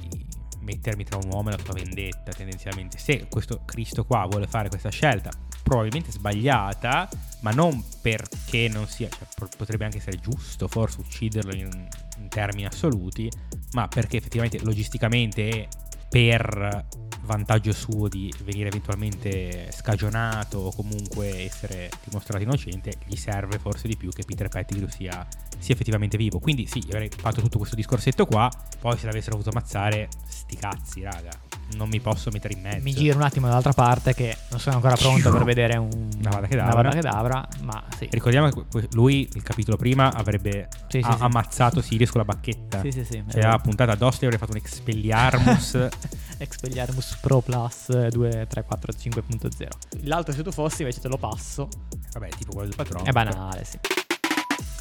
[SPEAKER 1] mettermi tra un uomo e la sua vendetta tendenzialmente. Se questo Cristo qua vuole fare questa scelta, probabilmente sbagliata, ma non perché non sia, cioè, po- potrebbe anche essere giusto forse ucciderlo in, in termini assoluti, ma perché effettivamente logisticamente e per vantaggio suo di venire eventualmente scagionato o comunque essere dimostrato innocente, gli serve forse di più che Peter Pettigrew sia, sia effettivamente vivo. Quindi sì, io avrei fatto tutto questo discorsetto qua, poi se l'avessero voluto ammazzare, sti cazzi raga, non mi posso mettere in mezzo.
[SPEAKER 2] Mi giro un attimo dall'altra parte che non sono ancora pronto per vedere un,
[SPEAKER 1] Una Avada
[SPEAKER 2] una
[SPEAKER 1] Kedavra.
[SPEAKER 2] Kedavra, ma sì.
[SPEAKER 1] Ricordiamo che que- lui, il capitolo prima, avrebbe
[SPEAKER 2] Sì, sì,
[SPEAKER 1] a-
[SPEAKER 2] sì.
[SPEAKER 1] ammazzato Sirius con la bacchetta.
[SPEAKER 2] Sì, sì, sì.
[SPEAKER 1] Cioè, aveva puntato addosso e avrebbe fatto un Expelliarmus.
[SPEAKER 2] Expelliarmus Pro Plus 2345.0. L'altro, se tu fossi, invece te lo passo.
[SPEAKER 1] Vabbè, tipo quello del patrono.
[SPEAKER 2] È banale, sì.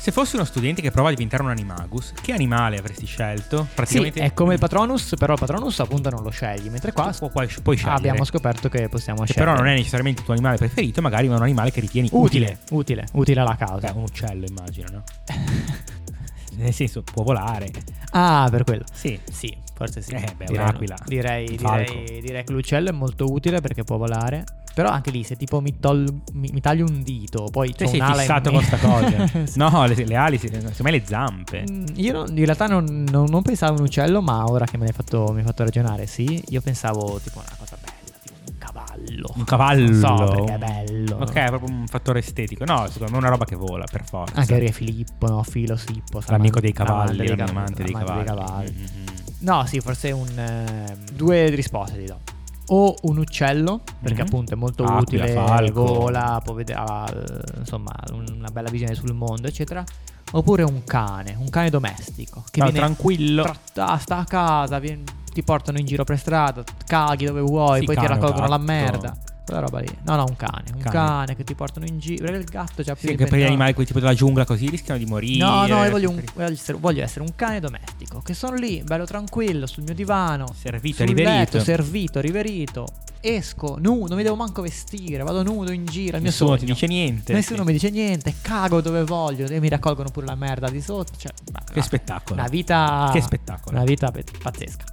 [SPEAKER 1] Se fossi uno studente che prova a diventare un animagus, che animale avresti scelto?
[SPEAKER 2] Sì,
[SPEAKER 1] Praticamente
[SPEAKER 2] è come il Patronus, però il Patronus appunto non lo scegli, mentre qua Ah,
[SPEAKER 1] Pu- puoi, puoi scegliere.
[SPEAKER 2] abbiamo scoperto che possiamo
[SPEAKER 1] che
[SPEAKER 2] scegliere.
[SPEAKER 1] però non è necessariamente il tuo animale preferito, magari ma è un animale che ritieni utile.
[SPEAKER 2] utile, utile, utile alla causa.
[SPEAKER 1] Beh, un uccello, immagino, no? Nel senso, può volare.
[SPEAKER 2] Ah, per quello.
[SPEAKER 1] Sì.
[SPEAKER 2] Sì, forse sì.
[SPEAKER 1] Eh, beh,
[SPEAKER 2] Direi-
[SPEAKER 1] un'aquila.
[SPEAKER 2] Direi,
[SPEAKER 1] Un
[SPEAKER 2] direi-
[SPEAKER 1] falco.
[SPEAKER 2] direi che l'uccello è molto utile perché può volare. Però anche lì, se tipo mi, tol- mi- mi taglio un dito, poi
[SPEAKER 1] Te
[SPEAKER 2] c'ho
[SPEAKER 1] sei
[SPEAKER 2] un'ala in
[SPEAKER 1] fissato
[SPEAKER 2] me-
[SPEAKER 1] con sta cosa.
[SPEAKER 2] Sì.
[SPEAKER 1] No, le, le ali, se- secondo me le zampe.
[SPEAKER 2] Mm, Io non- in realtà non, non- non pensavo a un uccello, ma ora che me l'hai fatto, mi hai fatto ragionare, sì, io pensavo tipo una cosa bella, tipo un cavallo.
[SPEAKER 1] Un cavallo.
[SPEAKER 2] Non so perché è bello.
[SPEAKER 1] Ok, è proprio un fattore estetico. No, secondo me è una roba che vola, per forza.
[SPEAKER 2] Anche Re Filippo, no? Filo Sippo.
[SPEAKER 1] L'amico
[SPEAKER 2] Salaman-
[SPEAKER 1] dei cavalli,
[SPEAKER 2] amante dei
[SPEAKER 1] l'amante,
[SPEAKER 2] cavalli,
[SPEAKER 1] dei
[SPEAKER 2] amante
[SPEAKER 1] cavalli. Mhm.
[SPEAKER 2] No, sì, forse un... eh,
[SPEAKER 1] ehm,
[SPEAKER 2] due risposte ti do. O un uccello, perché
[SPEAKER 1] Mhm.
[SPEAKER 2] appunto è molto
[SPEAKER 1] Aquila,
[SPEAKER 2] utile,
[SPEAKER 1] falco.
[SPEAKER 2] vola, può vedere, ha, eh, insomma, un- una bella visione sul mondo, eccetera. Oppure un cane, un cane domestico. Che
[SPEAKER 1] No,
[SPEAKER 2] viene
[SPEAKER 1] tranquillo.
[SPEAKER 2] tratta- sta a casa, vien- ti portano in giro per strada, caghi dove vuoi,
[SPEAKER 1] Sì,
[SPEAKER 2] poi ti
[SPEAKER 1] cane o
[SPEAKER 2] raccolgono la
[SPEAKER 1] gatto.
[SPEAKER 2] merda. Quella roba lì. No, no, un cane. Un
[SPEAKER 1] Cane.
[SPEAKER 2] cane, che ti portano in giro. Perché il gatto già
[SPEAKER 1] Sì, anche per
[SPEAKER 2] più
[SPEAKER 1] gli
[SPEAKER 2] dipendente-
[SPEAKER 1] animali, eh, quel tipo della giungla, così rischiano di morire.
[SPEAKER 2] No, no, io voglio, un-
[SPEAKER 1] soffrire.
[SPEAKER 2] voglio essere, voglio essere un cane domestico. Che sono lì, bello tranquillo, sul mio divano.
[SPEAKER 1] Servito,
[SPEAKER 2] sul
[SPEAKER 1] Cioè, riverito.
[SPEAKER 2] letto, servito, riverito. Esco nudo, mi devo manco vestire, vado nudo in giro. È il mio
[SPEAKER 1] Nessuno ti
[SPEAKER 2] sogno.
[SPEAKER 1] dice niente.
[SPEAKER 2] Nessuno
[SPEAKER 1] Sì.
[SPEAKER 2] mi dice niente, cago dove voglio e mi raccolgono pure la merda di sotto. Cioè, ma-
[SPEAKER 1] Che
[SPEAKER 2] vabbè,
[SPEAKER 1] spettacolo.
[SPEAKER 2] Una vita.
[SPEAKER 1] Che spettacolo.
[SPEAKER 2] Una vita pe- pazzesca.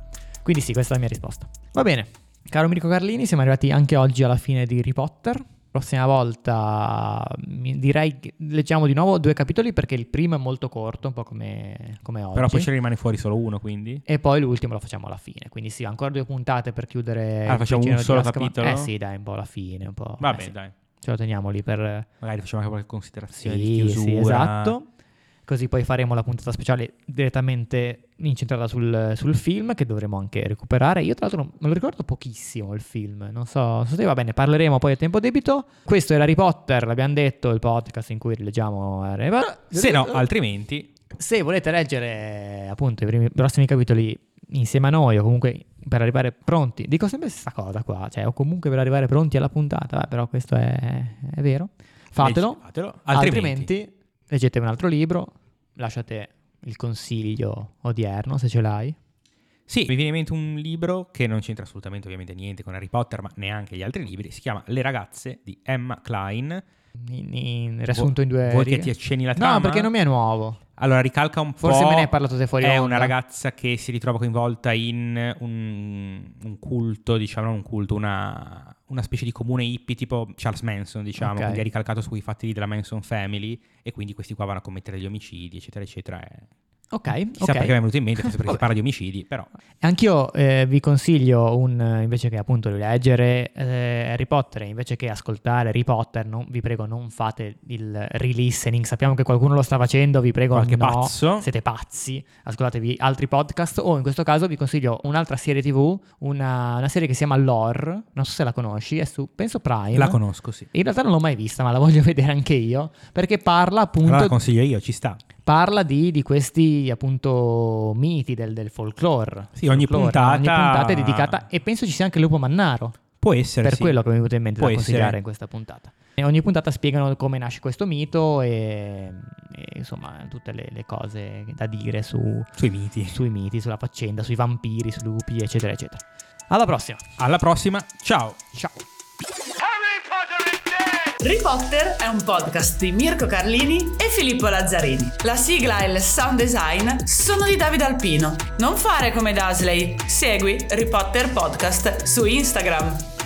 [SPEAKER 2] Quindi, sì, questa è la mia risposta. Va bene, caro Mirko Carlini, siamo arrivati anche oggi alla fine di Harry Potter. Prossima volta mi- direi che leggiamo di nuovo due capitoli perché il primo è molto corto, un po' come, come oggi. Eh
[SPEAKER 1] Però poi ce ne rimane fuori solo uno, quindi.
[SPEAKER 2] E poi l'ultimo lo facciamo alla fine. Quindi sì, ancora due puntate per chiudere.
[SPEAKER 1] Ah,
[SPEAKER 2] il
[SPEAKER 1] facciamo un
[SPEAKER 2] prigioniero di
[SPEAKER 1] solo
[SPEAKER 2] Azkaban.
[SPEAKER 1] capitolo?
[SPEAKER 2] Eh sì, dai, un po' alla fine. Un po'.
[SPEAKER 1] Va
[SPEAKER 2] eh
[SPEAKER 1] bene,
[SPEAKER 2] sì.
[SPEAKER 1] dai.
[SPEAKER 2] Ce lo teniamo lì per...
[SPEAKER 1] Magari facciamo anche qualche considerazione di
[SPEAKER 2] Sì,
[SPEAKER 1] chiusura.
[SPEAKER 2] sì, esatto. Così poi faremo la puntata speciale direttamente incentrata sul, sul film che dovremo anche recuperare. Io tra l'altro non- me lo ricordo pochissimo il film, non so, non so se va bene, parleremo poi a tempo debito. Questo era Harry Potter, l'abbiamo detto, il podcast in cui rileggiamo Harry Potter.
[SPEAKER 1] Se no, altrimenti,
[SPEAKER 2] Se volete leggere appunto i primi- i prossimi capitoli insieme a noi o comunque per arrivare pronti, dico sempre questa cosa qua, cioè o comunque per arrivare pronti alla puntata, vabbè, però questo è, è vero, fatelo,
[SPEAKER 1] leggi- fatelo.
[SPEAKER 2] altrimenti. leggete un altro libro, lasciate il consiglio odierno se ce l'hai.
[SPEAKER 1] Sì, mi viene in mente un libro che non c'entra assolutamente ovviamente niente con Harry Potter, ma neanche gli altri libri. Si chiama Le ragazze di Emma Klein.
[SPEAKER 2] In, in- riassunto in due
[SPEAKER 1] Vuoi
[SPEAKER 2] righe.
[SPEAKER 1] che ti accenni la trama?
[SPEAKER 2] No, perché non mi è nuovo.
[SPEAKER 1] Allora, ricalca un po'.
[SPEAKER 2] Forse me ne hai parlato te fuori
[SPEAKER 1] È
[SPEAKER 2] onda.
[SPEAKER 1] una ragazza che si ritrova coinvolta in un, un culto, diciamo, non un culto, una, una specie di comune hippie tipo Charles Manson, diciamo,
[SPEAKER 2] Ok.
[SPEAKER 1] quindi è ricalcato su quei fatti lì della Manson Family e quindi questi qua vanno a commettere gli omicidi, eccetera, eccetera. E
[SPEAKER 2] Ok,
[SPEAKER 1] Chissà
[SPEAKER 2] ok.
[SPEAKER 1] perché mi è venuto in mente, forse perché si
[SPEAKER 2] Vabbè.
[SPEAKER 1] parla di omicidi, però
[SPEAKER 2] Anch'io eh, vi consiglio un, eh, invece che appunto leggere eh, Harry Potter, invece che ascoltare Harry Potter, non- vi prego non fate il re-listening, sappiamo che qualcuno lo sta facendo, vi prego
[SPEAKER 1] qualche
[SPEAKER 2] no,
[SPEAKER 1] pazzo.
[SPEAKER 2] siete pazzi, ascoltatevi altri podcast o in questo caso vi consiglio un'altra serie tv, una, una serie che si chiama Lore, non so se la conosci, è su, penso Prime.
[SPEAKER 1] La conosco, sì.
[SPEAKER 2] in realtà non l'ho mai vista, ma la voglio vedere anche io, perché parla appunto
[SPEAKER 1] Allora la consiglio io, ci sta.
[SPEAKER 2] parla di, di questi appunto miti del, del folklore.
[SPEAKER 1] Sì, ogni
[SPEAKER 2] Folklore,
[SPEAKER 1] puntata-
[SPEAKER 2] ogni puntata è dedicata e penso ci sia anche Lupo Mannaro,
[SPEAKER 1] Può essere,
[SPEAKER 2] per
[SPEAKER 1] sì.
[SPEAKER 2] quello che mi è venuto in mente
[SPEAKER 1] Può
[SPEAKER 2] da consigliare
[SPEAKER 1] essere.
[SPEAKER 2] in questa puntata. E ogni puntata spiegano come nasce questo mito e, e, insomma tutte le, le cose da dire su-
[SPEAKER 1] Sui miti.
[SPEAKER 2] sui miti, sulla faccenda, sui vampiri, sui lupi, eccetera, eccetera. Alla prossima,
[SPEAKER 1] Alla prossima, ciao!
[SPEAKER 2] ciao!
[SPEAKER 3] Harry Potter is dead!
[SPEAKER 4] Harry Potter è un podcast di Mirko Carlini e Filippo Lazzarini. La sigla e il sound design sono di Davide Alpino. Non fare come Dasley, segui Harry Potter Podcast su Instagram.